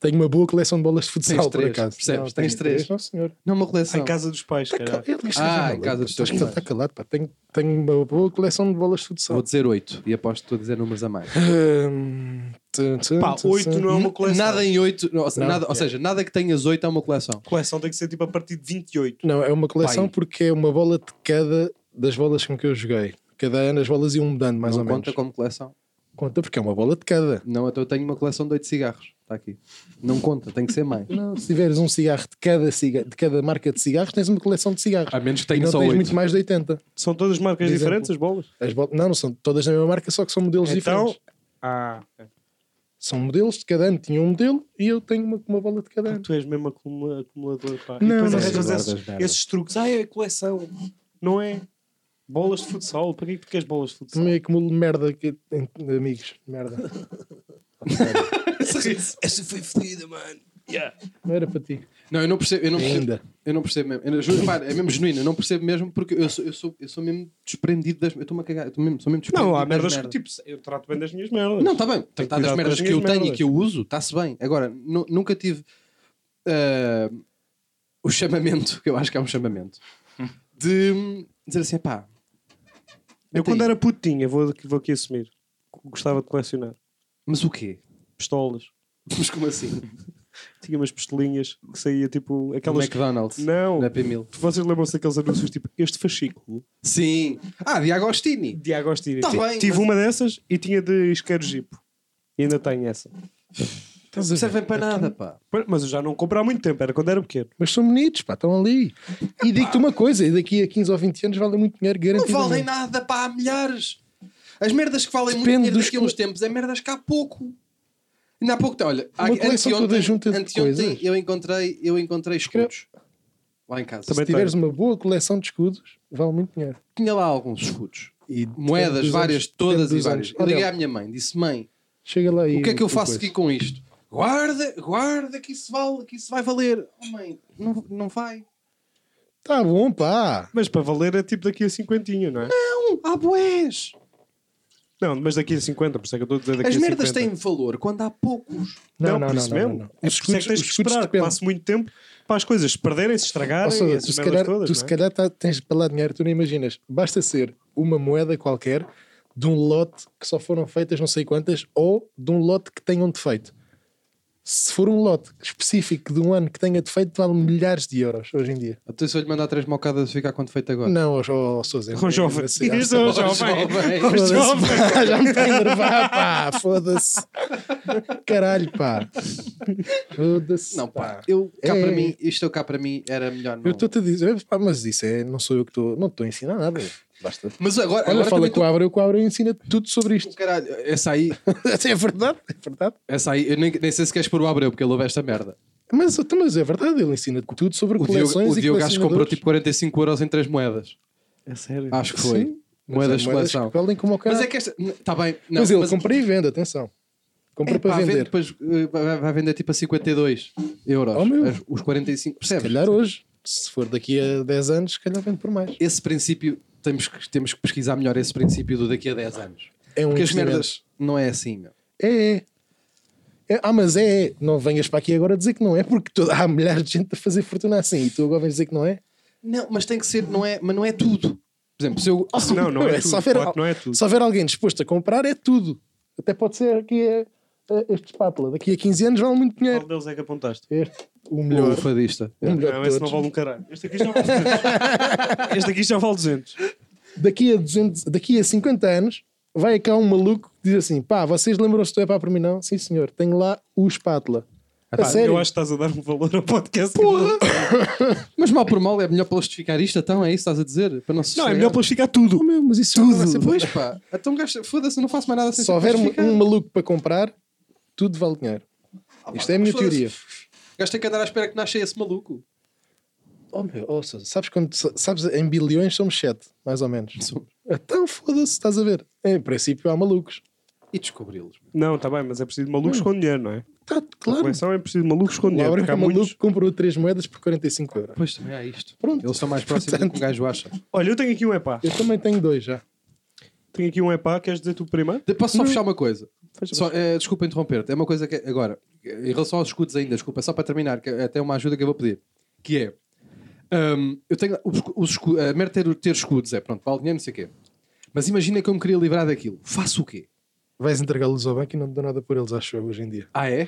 Speaker 3: Tenho uma boa coleção de bolas de
Speaker 2: Tens
Speaker 3: futsal, por
Speaker 2: três,
Speaker 3: acaso.
Speaker 2: percebes?
Speaker 3: Não,
Speaker 2: Tens
Speaker 3: tenho
Speaker 2: três.
Speaker 3: Não, senhor.
Speaker 2: Não, uma coleção.
Speaker 1: Em casa dos pais, caralho.
Speaker 2: Ah, em casa dos teus pais.
Speaker 3: Está tá calado, pá. Tenho, tenho uma boa coleção de bolas de
Speaker 2: Vou
Speaker 3: futsal.
Speaker 2: dizer 8 e aposto que estou a dizer números a mais.
Speaker 3: Hum, tum, tum,
Speaker 1: Pá,
Speaker 3: tum,
Speaker 1: oito
Speaker 3: tum.
Speaker 1: não é uma coleção.
Speaker 2: Nada em 8, ou, se-
Speaker 3: Não,
Speaker 2: nada, ou
Speaker 3: é.
Speaker 2: seja, nada que tenhas 8 é uma coleção.
Speaker 1: Coleção tem que ser tipo a partir de 28.
Speaker 3: Não, é uma coleção
Speaker 2: Pai.
Speaker 3: porque é uma bola de cada das bolas com que eu joguei. Cada ano as bolas iam mudando, mais
Speaker 2: não
Speaker 3: ou
Speaker 2: conta
Speaker 3: menos.
Speaker 2: como coleção.
Speaker 3: Conta porque é uma bola de cada.
Speaker 2: Não, então eu tenho uma coleção de 8 cigarros. Está aqui. Não conta, tem que ser mais.
Speaker 3: Não, se tiveres um cigarro de cada, ciga- de cada marca de cigarros, tens uma coleção de cigarros.
Speaker 1: Ah,
Speaker 2: A menos que
Speaker 3: e
Speaker 2: tenha
Speaker 3: não
Speaker 2: só
Speaker 3: tens
Speaker 2: 8.
Speaker 3: muito mais de 80.
Speaker 1: São todas marcas
Speaker 3: Por exemplo.
Speaker 1: diferentes, as bolas?
Speaker 3: As bol- Não, não são todas da mesma marca, só que são modelos
Speaker 1: Então.
Speaker 3: diferentes.
Speaker 1: Ah, ok.
Speaker 3: São modelos de cada ano. Tinha um modelo e eu tenho uma, uma bola de cada ano.
Speaker 1: tu és mesmo acumula- acumulador, pá.
Speaker 3: É. Não,
Speaker 1: e depois
Speaker 3: não.
Speaker 1: arranjas
Speaker 2: Guardas
Speaker 1: esses,
Speaker 2: merda.
Speaker 1: esses truques. Ah, é coleção. Não é? Bolas de futsal. Para que é que tu queres bolas de futsal?
Speaker 3: Também acumulo merda que... em- amigos. Merda.
Speaker 1: Essa foi fodida, mano. Yeah.
Speaker 3: Não era para ti.
Speaker 2: Não, eu não percebo. Eu não percebo,
Speaker 3: Ainda.
Speaker 2: Eu não percebo mesmo. Eu não- juro, pá, é mesmo genuíno. Eu não percebo mesmo porque eu sou, eu sou, eu sou mesmo desprendido das. Eu estou-me a cagar. Eu estou mesmo, sou mesmo desprendido
Speaker 1: Não, há
Speaker 2: das
Speaker 1: merdas
Speaker 2: merdas.
Speaker 1: que tipo, eu trato bem das minhas merdas.
Speaker 2: Não, está bem. Tratar das
Speaker 1: cuidar
Speaker 2: merdas
Speaker 1: das
Speaker 2: que eu
Speaker 1: minhas
Speaker 2: tenho e
Speaker 1: merdas.
Speaker 2: que eu uso, está-se bem. Agora, nu- nunca tive ah, o chamamento, que eu acho que é um chamamento, de dizer assim, pá,
Speaker 1: eu
Speaker 2: até
Speaker 1: quando
Speaker 2: aí.
Speaker 1: era putinha, vou, vou aqui assumir, gostava de colecionar
Speaker 2: mas o quê?
Speaker 1: pistolas.
Speaker 2: Mas como assim?
Speaker 1: Tinha umas pistolinhas que saía tipo aquelas.
Speaker 2: Aquelas... McDonald's. é
Speaker 1: Não,
Speaker 2: Da P1000.
Speaker 1: vocês lembram-se daqueles anúncios tipo este fascículo
Speaker 2: Sim. Ah, de Agostini.
Speaker 1: de Agostini?
Speaker 2: Tá
Speaker 1: Ti-
Speaker 2: bem,
Speaker 1: Tive
Speaker 2: mas-
Speaker 1: uma dessas e tinha de isqueiro jipo. E ainda tenho essa.
Speaker 3: Estás a
Speaker 2: Não
Speaker 3: ver? Então,
Speaker 2: servem para nada, pá.
Speaker 1: Mas eu já não compro há muito tempo, era quando era pequeno.
Speaker 3: Mas são bonitos, pá, estão ali. E digo-te uma coisa: e daqui a 15 ou 20 anos valem muito dinheiro,
Speaker 2: Não
Speaker 3: garantidamente.
Speaker 2: valem nada, pá, há milhares. As merdas que valem
Speaker 3: Depende
Speaker 2: muito dinheiro
Speaker 3: dos
Speaker 2: daqui a uns tempos é merdas que há pouco. Ainda há pouco, tá, olha, há-
Speaker 3: coleção toda junta de coisas.
Speaker 2: eu encontrei, eu encontrei escudos lá em casa.
Speaker 1: Também
Speaker 3: Se tiveres uma boa coleção de escudos, vale muito dinheiro.
Speaker 2: tinha lá alguns escudos.
Speaker 3: E depende
Speaker 2: Moedas,
Speaker 3: dos
Speaker 2: várias,
Speaker 3: anos-
Speaker 2: todas
Speaker 3: depende
Speaker 2: e
Speaker 3: dos
Speaker 2: várias.
Speaker 3: anos.
Speaker 2: Eu liguei
Speaker 3: Olha,
Speaker 2: à minha mãe, disse: Mãe,
Speaker 3: Chega lá e.
Speaker 2: o que é que eu faço
Speaker 3: coisa.
Speaker 2: aqui com isto? Guarda, guarda, que isso vale, que isso vai valer. Oh, mãe, não, não vai.
Speaker 3: Tá bom, pá.
Speaker 1: Mas para valer é tipo daqui a cinquentinho, não é?
Speaker 2: Não, há boés.
Speaker 1: Não, mas daqui a 50, por isso é que eu estou a dizer daqui
Speaker 2: As
Speaker 1: a
Speaker 2: merdas
Speaker 1: 50.
Speaker 2: têm valor quando há poucos.
Speaker 1: Não, por isso mesmo.
Speaker 3: não.
Speaker 1: É
Speaker 3: Os
Speaker 1: por isso é
Speaker 3: escudos,
Speaker 1: que tens
Speaker 3: os
Speaker 1: que
Speaker 3: escudos
Speaker 1: esperar que
Speaker 3: depende.
Speaker 1: passe muito tempo para as coisas perderem, se estragarem
Speaker 3: Ou seja,
Speaker 1: e
Speaker 3: tu
Speaker 1: essas
Speaker 3: se
Speaker 1: merdas
Speaker 3: calhar,
Speaker 1: todas.
Speaker 3: tu
Speaker 1: não
Speaker 3: se
Speaker 1: é?
Speaker 3: calhar tá- tens para lá dinheiro, tu não imaginas. Basta ser uma moeda qualquer de um lote que só foram feitas não sei quantas ou de um lote que tenha um defeito. Se for um lote específico de um ano que tenha defeito, vale milhares de euros hoje em dia.
Speaker 2: Até se eu lhe mandar três mocadas, ficar quanto feito agora.
Speaker 3: Não, ó, ó, ó, Sousa.
Speaker 1: Ó, jovem.
Speaker 3: Assim,
Speaker 1: Isso, ó, jovem. Ó,
Speaker 3: Foda-se,
Speaker 1: jovem.
Speaker 3: pá, já me está a enervar, pá, foda-se. Caralho, pá. Foda-se.
Speaker 2: Não, pá, eu cá
Speaker 3: É.
Speaker 2: para mim, isto eu cá para mim era melhor não.
Speaker 3: Eu estou-te a dizer, pá, mas isso é, não sou eu que estou, não te estou a ensinar nada. Basta.
Speaker 2: Mas agora,
Speaker 3: Olha,
Speaker 2: agora
Speaker 3: fala
Speaker 2: também tu...
Speaker 3: com o Abra, o Abra ensina tudo sobre isto.
Speaker 2: Caralho, essa aí,
Speaker 3: é verdade, é verdade.
Speaker 2: essa aí, eu nem, nem sei se queres pôr o Abreu, porque ele ouve esta merda.
Speaker 3: Mas, mas é verdade, ele ensina tudo sobre
Speaker 2: O
Speaker 3: coleções
Speaker 2: Diogo, o
Speaker 3: e
Speaker 2: Diogo acho que comprou
Speaker 3: colecionadores.
Speaker 2: tipo 45 euros em três moedas.
Speaker 1: É sério.
Speaker 2: Acho que foi.
Speaker 3: Sim, mas há
Speaker 2: moedas de coleção.
Speaker 3: que valem como o
Speaker 2: Mas
Speaker 3: caralho.
Speaker 2: é que esta. Está bem. Não,
Speaker 3: Mas ele
Speaker 2: mas-
Speaker 3: comprei e vende, atenção. Comprei
Speaker 2: É,
Speaker 3: para
Speaker 2: pá, vende,
Speaker 3: vender.
Speaker 2: Depois, eh, vai, vai vender tipo a 52 euros.
Speaker 3: Oh, meu.
Speaker 2: As- os 45.
Speaker 3: Se
Speaker 2: Percebes?
Speaker 3: calhar hoje, se for daqui a 10 anos, se calhar vende por mais.
Speaker 2: Esse princípio. Temos que, temos que pesquisar melhor esse princípio do daqui a 10 anos.
Speaker 3: É um
Speaker 2: Porque as
Speaker 3: investimento.
Speaker 2: merdas não é assim, meu.
Speaker 3: É, é. É, Ah, mas é, é. Não venhas para aqui agora dizer que não é, porque toda- há milhares de gente a fazer fortuna assim e tu agora vens dizer que não é?
Speaker 2: Não, mas tem que ser, não é, mas não é tudo. Ah, Por exemplo, se eu.
Speaker 1: Não, não é
Speaker 3: Se
Speaker 1: tudo.
Speaker 3: houver,
Speaker 1: claro
Speaker 3: al-
Speaker 1: que não é tudo.
Speaker 3: se houver alguém disposto a comprar, é tudo. Até pode ser que é, é, este espátula daqui a 15 anos vale muito
Speaker 1: Qual
Speaker 3: dinheiro.
Speaker 1: deles é que apontaste?
Speaker 3: Este, o
Speaker 2: o
Speaker 3: melhor.
Speaker 2: um fadista. é.
Speaker 3: O melhor
Speaker 1: Não,
Speaker 3: de
Speaker 1: esse não
Speaker 3: todos.
Speaker 1: vale um caralho. Este aqui já vale 200. este aqui já vale 200.
Speaker 3: Daqui a, 200, daqui a 50 anos, vai cá um maluco que diz assim: pá, vocês lembram-se do É para mim não? Sim, senhor, tenho lá o espátula. A
Speaker 2: pá,
Speaker 3: sério?
Speaker 1: Eu acho que estás a dar um valor ao podcast. é
Speaker 2: Mas mal por mal é melhor plastificar isto, então é isso que estás a dizer? Para não se
Speaker 1: Não, é
Speaker 2: estragar?
Speaker 1: melhor plastificar tudo.
Speaker 3: Oh, meu, mas isso
Speaker 2: Tudo.
Speaker 3: vai ser-
Speaker 2: Pois pá, então gasta, foda-se, eu não faço mais nada sem
Speaker 3: Se houver um,
Speaker 2: plastificar.
Speaker 3: um maluco para comprar, tudo vale dinheiro. Isto é a minha
Speaker 2: foda-se.
Speaker 3: teoria.
Speaker 2: Gajo tem que andar à espera que nasça esse maluco.
Speaker 3: Oh meu, oh, Sousa, sabes quando sabes em bilhões somos 7, mais ou menos.
Speaker 2: Somos.
Speaker 3: Então foda-se, estás a ver? Em princípio há malucos.
Speaker 2: E descobri-los.
Speaker 1: Não, está bem, mas é preciso de malucos com dinheiro, não é?
Speaker 3: Tá,
Speaker 1: A
Speaker 3: Hum. claro.
Speaker 1: coleção é preciso de malucos com
Speaker 3: O
Speaker 1: dinheiro.
Speaker 3: Abreu
Speaker 1: Porque
Speaker 3: é
Speaker 1: há
Speaker 3: maluco
Speaker 1: muitos...
Speaker 3: que comprou 3 moedas por 45 euros.
Speaker 2: Pois também há isto.
Speaker 3: Pronto.
Speaker 2: Eles estão mais próximos do que um gajo acha.
Speaker 1: Olha, eu tenho aqui um epá.
Speaker 3: Eu também tenho dois já.
Speaker 1: Tenho aqui um epá, queres dizer tu primeiro?
Speaker 2: De- Posso só fechar uma coisa?
Speaker 1: Fecha,
Speaker 2: Só, eh, desculpa interromper-te. É uma coisa que. Agora, em relação aos escudos ainda, desculpa, só para terminar, que é até uma ajuda que eu vou pedir. Que é. hum, eu tenho. Os, os, escu- a merda ter, ter escudos é pronto, vale dinheiro, não sei o quê. Mas imagina que eu me queria livrar daquilo. Faço o quê?
Speaker 3: Vais entregá-los ao banco e não te dou nada por eles, acho eu, hoje em dia.
Speaker 2: Ah, é?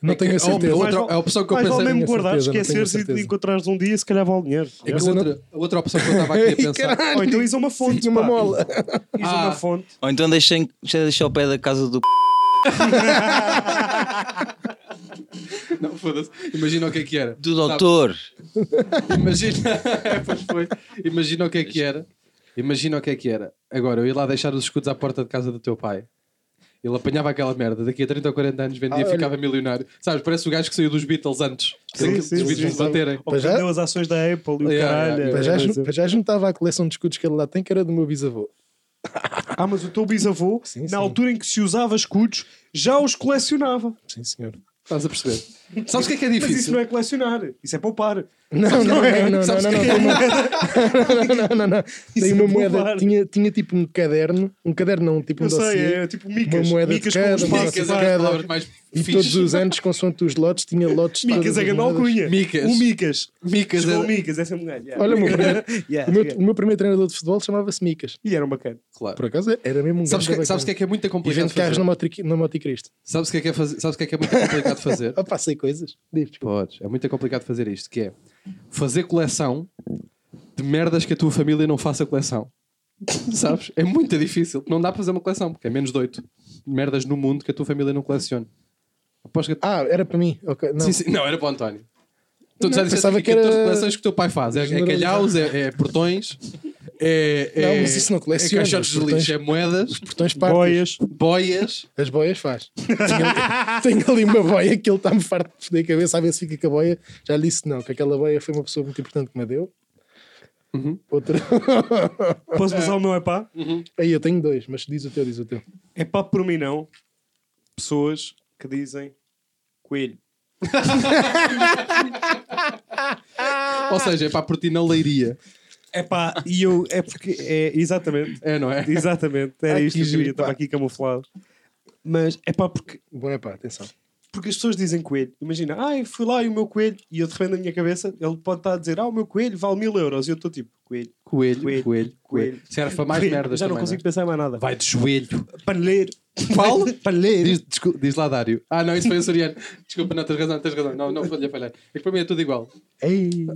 Speaker 3: Não tenho a certeza. É
Speaker 2: A, outra, a opção que eu
Speaker 1: Mas vale
Speaker 2: pensei.
Speaker 1: mesmo
Speaker 3: tenho
Speaker 1: guardar,
Speaker 3: certeza, não tenho
Speaker 1: esquecer-se e
Speaker 3: certeza.
Speaker 1: te encontrares um dia e se calhar vale dinheiro.
Speaker 2: É que
Speaker 3: Mas
Speaker 2: a
Speaker 3: eu não-
Speaker 2: outra, a outra opção que eu estava aqui a
Speaker 3: Ei,
Speaker 2: pensar.
Speaker 3: caralho,
Speaker 1: Ou então isso é uma fonte.
Speaker 3: tinha uma
Speaker 1: pá.
Speaker 3: mola.
Speaker 1: Isso é
Speaker 2: Ah.
Speaker 1: uma fonte.
Speaker 4: Ou então deixem, deixem ao pé da casa do p.
Speaker 2: Não, foda-se. Imagina o que é que era.
Speaker 4: do
Speaker 2: Sabe?
Speaker 4: doutor.
Speaker 2: Imagina. é, pois foi. Imagina o que é que era. Imagina o que é que era. Agora, eu ia lá deixar os escudos à porta de casa do teu pai. Ele apanhava aquela merda, daqui a 30 ou 40 anos vendia
Speaker 3: Ah,
Speaker 2: e
Speaker 3: olha.
Speaker 2: ficava milionário. Sabes, parece o gajo que saiu dos Beatles antes. Sem
Speaker 1: Sim,
Speaker 2: que
Speaker 1: sim,
Speaker 2: os
Speaker 1: sim,
Speaker 2: Beatles
Speaker 1: sim.
Speaker 2: baterem.
Speaker 1: Ou
Speaker 3: Para já-
Speaker 1: perdeu as ações da Apple e o
Speaker 2: Yeah,
Speaker 1: caralho.
Speaker 2: yeah,
Speaker 3: Para já,
Speaker 1: é,
Speaker 3: ju-
Speaker 1: mas é.
Speaker 3: para já juntava a coleção de escudos que ele lá tem, que era do meu bisavô.
Speaker 1: Ah, mas o teu bisavô,
Speaker 3: Sim,
Speaker 1: na
Speaker 3: sim.
Speaker 1: altura em que se usava escudos, já os colecionava.
Speaker 3: Sim, senhor.
Speaker 2: Estás a perceber? Sabes o que é que é
Speaker 1: Mas isso
Speaker 2: difícil?
Speaker 1: não é colecionar, isso é poupar.
Speaker 3: Não, não, não, não, não,
Speaker 2: Sabes
Speaker 3: não,
Speaker 2: o que é
Speaker 3: não, não, não, não, não. Tem
Speaker 1: é
Speaker 3: uma
Speaker 1: bom
Speaker 3: moeda,
Speaker 1: falar.
Speaker 3: tinha, tinha tipo um caderno, um caderno não, tipo um
Speaker 1: Eu sei,
Speaker 3: dossiê,
Speaker 1: é tipo micas.
Speaker 3: uma moeda de
Speaker 1: micas
Speaker 3: cada,
Speaker 1: com os
Speaker 3: uma
Speaker 1: passos.
Speaker 2: Micas é
Speaker 3: Pá,
Speaker 1: pá.
Speaker 2: uma das
Speaker 3: cara.
Speaker 2: palavras mais
Speaker 3: e
Speaker 2: fixe.
Speaker 3: todos os anos, consoante os lotes, tinha lotes. de
Speaker 1: Micas é grande
Speaker 3: moedas.
Speaker 1: alcunha.
Speaker 2: Micas.
Speaker 1: O Micas.
Speaker 2: Micas
Speaker 1: Chegou
Speaker 2: é-
Speaker 1: o Micas, essa mulher. Yeah.
Speaker 3: Olha, o meu primeiro,
Speaker 1: Yeah,
Speaker 3: o meu-
Speaker 1: yeah.
Speaker 3: o meu primeiro treinador de futebol chamava-se Micas.
Speaker 1: E era um bacana.
Speaker 2: Claro.
Speaker 3: Por acaso era mesmo um
Speaker 2: Sabes
Speaker 3: grande
Speaker 2: que, sabes o que é
Speaker 3: bacana.
Speaker 2: que é muito
Speaker 3: E
Speaker 2: complicado
Speaker 3: vende carros
Speaker 2: fazer?
Speaker 3: na Motri- na Moticristo.
Speaker 2: Sabes o que é que é fazer- sabes o que é que é muito complicado fazer?
Speaker 3: Ah, pá, sei coisas. Diz, desculpa.
Speaker 2: Podes. É muito complicado fazer isto, que é fazer coleção de merdas que a tua família não faça coleção. Sabes? É muito difícil. Não dá para fazer uma coleção, porque é menos de 8 merdas no mundo que a tua família não colecione. Aposto que...
Speaker 3: Ah, era para mim. ok, Não.
Speaker 2: Sim, sim. Não, era para o António. Tu já disseste
Speaker 3: pensava
Speaker 2: aqui que
Speaker 3: que
Speaker 2: as tuas
Speaker 3: era-
Speaker 2: coleções que o teu pai faz. É, é calhaus, é, é portões, é, é,
Speaker 3: Não, mas isso não coleciona.
Speaker 2: é caixotes de
Speaker 3: Os portões-
Speaker 2: lixo, é moedas,
Speaker 3: Portões partes.
Speaker 1: Boias.
Speaker 2: boias.
Speaker 3: As boias faz. Tenho ali, tenho ali uma boia que ele está-me farto de foder a cabeça a ver se fica com a boia. Já lhe disse que não, que aquela boia foi uma pessoa muito importante que me deu.
Speaker 2: Uhum.
Speaker 3: Outra.
Speaker 1: Posso usar o meu epá?
Speaker 3: Aí eu tenho dois, mas diz o teu, diz o teu.
Speaker 1: Epá, É por mim não. Pessoas que dizem coelho.
Speaker 2: Ou seja, é para por ti na leiria.
Speaker 1: Epá, e eu. É porque. É, exatamente.
Speaker 2: É, não é?
Speaker 1: Exatamente. Era
Speaker 3: Ai,
Speaker 1: isto que
Speaker 3: que
Speaker 1: eu queria.
Speaker 3: giro, pá.
Speaker 1: Estava aqui camuflado. Mas é pá, porque
Speaker 3: Bom, é pá, atenção.
Speaker 1: Porque as pessoas dizem coelho. Imagina, ai, fui lá e o meu coelho. E eu de repente na minha cabeça, ele pode estar a dizer, ah, o meu coelho vale mil euros. E eu estou tipo, coelho.
Speaker 2: Coelho,
Speaker 1: Coelho,
Speaker 2: coelho, coelho.
Speaker 1: coelho.
Speaker 2: Serve para mais
Speaker 1: coelho.
Speaker 2: merdas
Speaker 1: Já não
Speaker 2: também, é? né?
Speaker 1: consigo pensar em mais nada.
Speaker 2: Vai de joelho.
Speaker 1: Paneleiro.
Speaker 2: Qual?
Speaker 1: Paneleiro.
Speaker 2: Diz, descul- diz lá Dário. Ah, não, isso foi o Soriano. Desculpa, não, tens razão, tens razão. Não, não, falhei, falhei. É que para mim é tudo igual.
Speaker 3: Ei, Ih,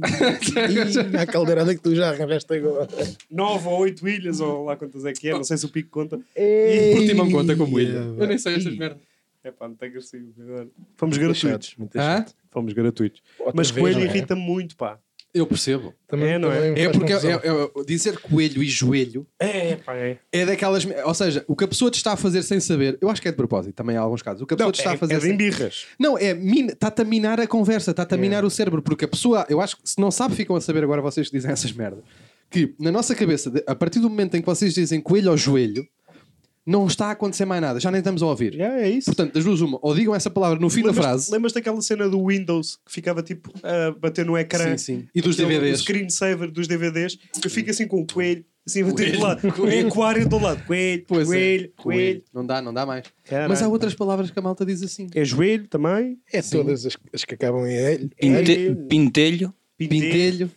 Speaker 3: a caldeirada que tu já arranjaste agora.
Speaker 1: Nove ou oito ilhas, ou lá quantas é que é. Não sei se o pico conta.
Speaker 3: Ei,
Speaker 2: Por ti não me conta como ilha. Eu nem sei estas
Speaker 3: Ih,
Speaker 2: merdas.
Speaker 1: É pá, muito agressivo agora. Fomos
Speaker 3: muito
Speaker 1: gratuitos.
Speaker 3: chato, muito
Speaker 2: Hã?
Speaker 3: chato.
Speaker 1: Fomos gratuitos.
Speaker 3: Outra
Speaker 1: Mas
Speaker 3: vez,
Speaker 1: coelho
Speaker 3: não é?
Speaker 1: irrita-me muito, pá.
Speaker 2: Eu percebo.
Speaker 3: Também,
Speaker 1: É, não é?
Speaker 3: também me
Speaker 2: É
Speaker 3: faz
Speaker 2: porque é,
Speaker 3: confusão.
Speaker 2: é- é- dizer coelho e joelho
Speaker 1: É, pá, é.
Speaker 2: é daquelas. me- Ou seja, o que a pessoa te está a fazer sem saber, eu acho que é de propósito, também há alguns casos. O que a pessoa
Speaker 1: Não,
Speaker 2: te está
Speaker 1: é,
Speaker 2: a fazer assim.
Speaker 1: é de
Speaker 2: sem.
Speaker 1: embirras.
Speaker 2: Não, é min... está-te a minar a conversa, está-te a minar o cérebro, porque a pessoa, eu acho que se não sabe, ficam a saber agora vocês que dizem essas merdas. Que na nossa cabeça, de- a partir do momento em que vocês dizem coelho ao joelho, não está a acontecer mais nada, já nem estamos a ouvir.
Speaker 1: Já é isso.
Speaker 2: Portanto, das duas, uma, ou digam essa palavra no fim da frase.
Speaker 1: Lembras daquela cena do Windows que ficava tipo a bater no ecrã?
Speaker 2: Sim, sim. E dos
Speaker 1: Aquele-
Speaker 2: DVDs.
Speaker 1: O screensaver dos DVDs. Eu fico assim com o coelho, assim, a bater do lado. Coelho. Aquário do lado. Coelho,
Speaker 2: Pois é.
Speaker 1: coelho, coelho.
Speaker 2: Não dá, não dá mais.
Speaker 1: Caralho.
Speaker 2: Mas há outras palavras que a malta diz assim.
Speaker 1: É joelho também.
Speaker 3: É todas as, as que acabam em L.
Speaker 1: É
Speaker 4: Pinte- Pintelho.
Speaker 2: Pintelho.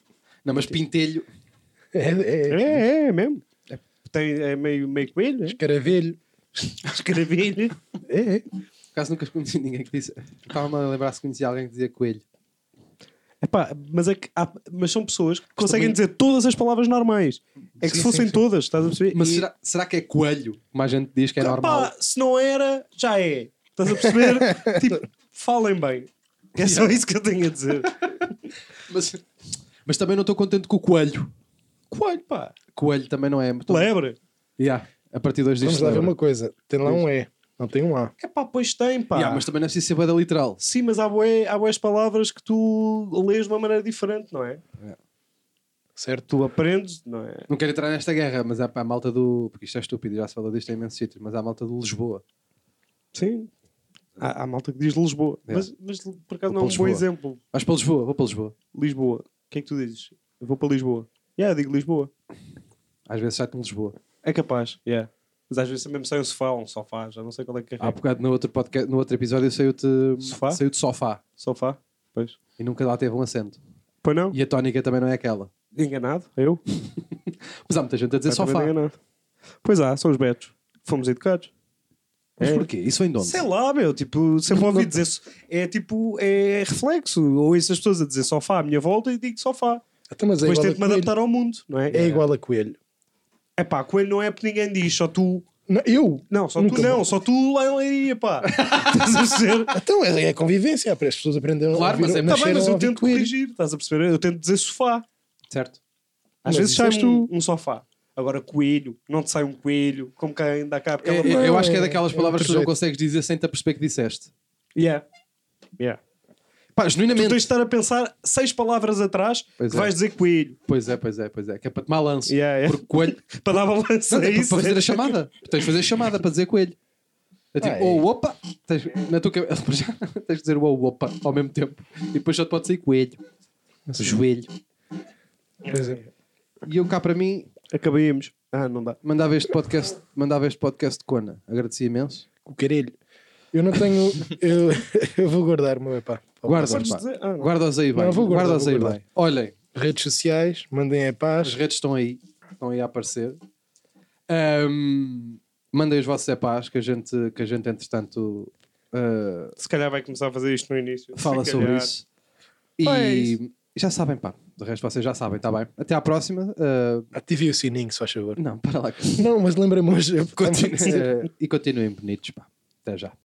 Speaker 2: Não, mas pintelho.
Speaker 3: É, é,
Speaker 1: É, é mesmo. Tem, é meio, meio coelho, né? é?
Speaker 3: escaravelho.
Speaker 1: escravilho.
Speaker 3: É, é.
Speaker 2: Por acaso nunca conheci ninguém que disse. Estava-me a lembrar se conhecia alguém que dizia coelho.
Speaker 1: Epá, mas, é que há- mas são pessoas que conseguem
Speaker 2: também-
Speaker 1: dizer todas as palavras normais. É que
Speaker 3: Sim,
Speaker 1: se fossem
Speaker 3: sim, sim.
Speaker 1: todas, estás a perceber?
Speaker 2: Mas
Speaker 1: E-
Speaker 2: será, será que é coelho? Como a gente diz que é normal.
Speaker 1: Epá, se não era, já é. Estás a perceber? tipo, falem bem. É só isso que eu tenho a dizer.
Speaker 2: Mas, mas também não estou contente com o coelho.
Speaker 1: Coelho, pá.
Speaker 2: Coelho também não é. Mas tô-
Speaker 1: Lebre.
Speaker 2: Yeah, a partir de hoje
Speaker 3: Vamos
Speaker 2: diz-se
Speaker 3: lá ver
Speaker 2: lebre.
Speaker 3: uma coisa. Tem lá um E, não tem um A.
Speaker 1: É pá, pois tem, pá.
Speaker 2: Yeah, mas também não é preciso ser boeda literal.
Speaker 1: Sim, mas há boas, há bué palavras que tu lês de uma maneira diferente, não é?
Speaker 3: Certo?
Speaker 1: Tu aprendes, não é?
Speaker 2: Não quero entrar nesta guerra, mas há pá, a malta do. Porque isto é estúpido, já se falou disto em imensos sítios, mas há a malta de Lisboa.
Speaker 1: Sim. Há, há malta que diz Lisboa.
Speaker 2: É.
Speaker 1: Mas, mas por acaso
Speaker 2: Vou
Speaker 1: não é um
Speaker 2: para
Speaker 1: bom
Speaker 2: Lisboa.
Speaker 1: exemplo.
Speaker 2: Vais para Lisboa, vou para Lisboa.
Speaker 1: Lisboa. O que é que tu dizes? Eu vou para Lisboa. Yeah, eu digo Lisboa.
Speaker 2: Às vezes sai-te em Lisboa.
Speaker 1: É capaz. Yeah. Mas às vezes mesmo sai um sofá ou um sofá, já não sei qual é que é.
Speaker 3: Ah,
Speaker 2: Há bocado no outro, podcast, no outro episódio saiu-te
Speaker 1: Sofá?
Speaker 2: saiu sofá
Speaker 1: Sofá? Pois.
Speaker 2: e nunca lá teve um acento.
Speaker 1: Pois não?
Speaker 2: E a tónica também não é aquela.
Speaker 1: Enganado? Eu?
Speaker 2: Mas há muita gente a
Speaker 1: Completamente
Speaker 2: dizer sofá.
Speaker 1: Enganado. Pois há, são os betos. Fomos educados.
Speaker 2: Mas porquê? Isso vem de onde?
Speaker 1: Sei lá, meu, tipo, sempre ouvi dizer isso. É tipo, é reflexo. Ou essas pessoas a dizer sofá à minha volta e digo sofá.
Speaker 3: Até, mas é
Speaker 1: Depois
Speaker 3: igual
Speaker 1: tento-me
Speaker 3: a coelho.
Speaker 1: adaptar ao mundo, não é?
Speaker 3: É igual a coelho.
Speaker 1: É pá, coelho não é porque ninguém diz, só tu.
Speaker 3: Não, eu?
Speaker 1: Não, só
Speaker 3: Nunca
Speaker 1: tu não,
Speaker 3: vou.
Speaker 1: só tu lá em Leiria, pá. Estás a perceber?
Speaker 3: Então é, é convivência, é para as pessoas aprenderem
Speaker 2: Claro,
Speaker 3: a ouvir,
Speaker 2: mas é-
Speaker 1: Tá
Speaker 3: nasceram
Speaker 1: bem, mas
Speaker 3: a
Speaker 1: eu
Speaker 3: ouvir
Speaker 1: tento
Speaker 3: coelho.
Speaker 1: corrigir, estás a perceber? Eu tento dizer sofá.
Speaker 2: Certo.
Speaker 1: Às
Speaker 3: Mas
Speaker 1: vezes
Speaker 3: isso
Speaker 1: sai
Speaker 3: és
Speaker 1: um, um sofá. Agora, coelho, não te sai um coelho, como que ainda cá aquela.
Speaker 2: Eu,
Speaker 1: Yeah.
Speaker 2: eu acho que é daquelas
Speaker 3: É
Speaker 2: palavras que tu não
Speaker 3: outro
Speaker 2: consegues dizer sem te aperceber que disseste.
Speaker 1: Yeah. Yeah.
Speaker 2: Pá,
Speaker 1: Tu tens
Speaker 2: genuinamente.
Speaker 1: de estar a pensar seis palavras atrás
Speaker 2: Pois
Speaker 1: que
Speaker 2: é.
Speaker 1: vais dizer coelho.
Speaker 2: Pois é, pois é, pois é. Que é para tomar lance.
Speaker 1: Yeah, yeah.
Speaker 2: Porque coelho.
Speaker 1: Para dar balança
Speaker 2: Não,
Speaker 1: a
Speaker 2: é para
Speaker 1: isso.
Speaker 2: fazer a chamada. Tu tens de fazer a chamada para dizer coelho. É tipo,
Speaker 3: Ah, é.
Speaker 2: ou opa. Tens, na tua cabeça. para já, tens de dizer ou opa ao mesmo tempo. E depois só te pode sair coelho. Joelho.
Speaker 3: Pois é.
Speaker 2: E eu cá para mim
Speaker 1: Acabemos. Ah, não dá.
Speaker 2: mandava este podcast, mandava este podcast de Cona. Agradecia imenso.
Speaker 3: O carelho. Eu não tenho. eu, eu vou guardar o meu epá.
Speaker 2: Guarda-os,
Speaker 1: Podes
Speaker 2: pá.
Speaker 1: dizer- ah, não.
Speaker 2: Guarda-os aí bem.
Speaker 3: Não, vou guardar,
Speaker 2: Guarda-os
Speaker 3: vou
Speaker 2: aí
Speaker 3: guardar.
Speaker 2: bem. Olhem,
Speaker 3: Redes sociais, mandem a
Speaker 2: as
Speaker 3: paz.
Speaker 2: redes estão aí, estão aí a aparecer. Ahm, mandem os vossos epás que a gente, que a gente entretanto ah,
Speaker 1: Se calhar vai começar a fazer isto no início.
Speaker 2: fala
Speaker 1: Se
Speaker 2: sobre
Speaker 1: calhar.
Speaker 2: isso. E
Speaker 1: Pá, é isso.
Speaker 2: já sabem, pá. De resto vocês já sabem, tá bem. Até à próxima. Ah,
Speaker 3: Ativem o sininho, se faz favor.
Speaker 2: não, para lá.
Speaker 3: Ну, Não, mas lembra-me hoje.
Speaker 2: Continu- e continuem bonitos, pá. Até já.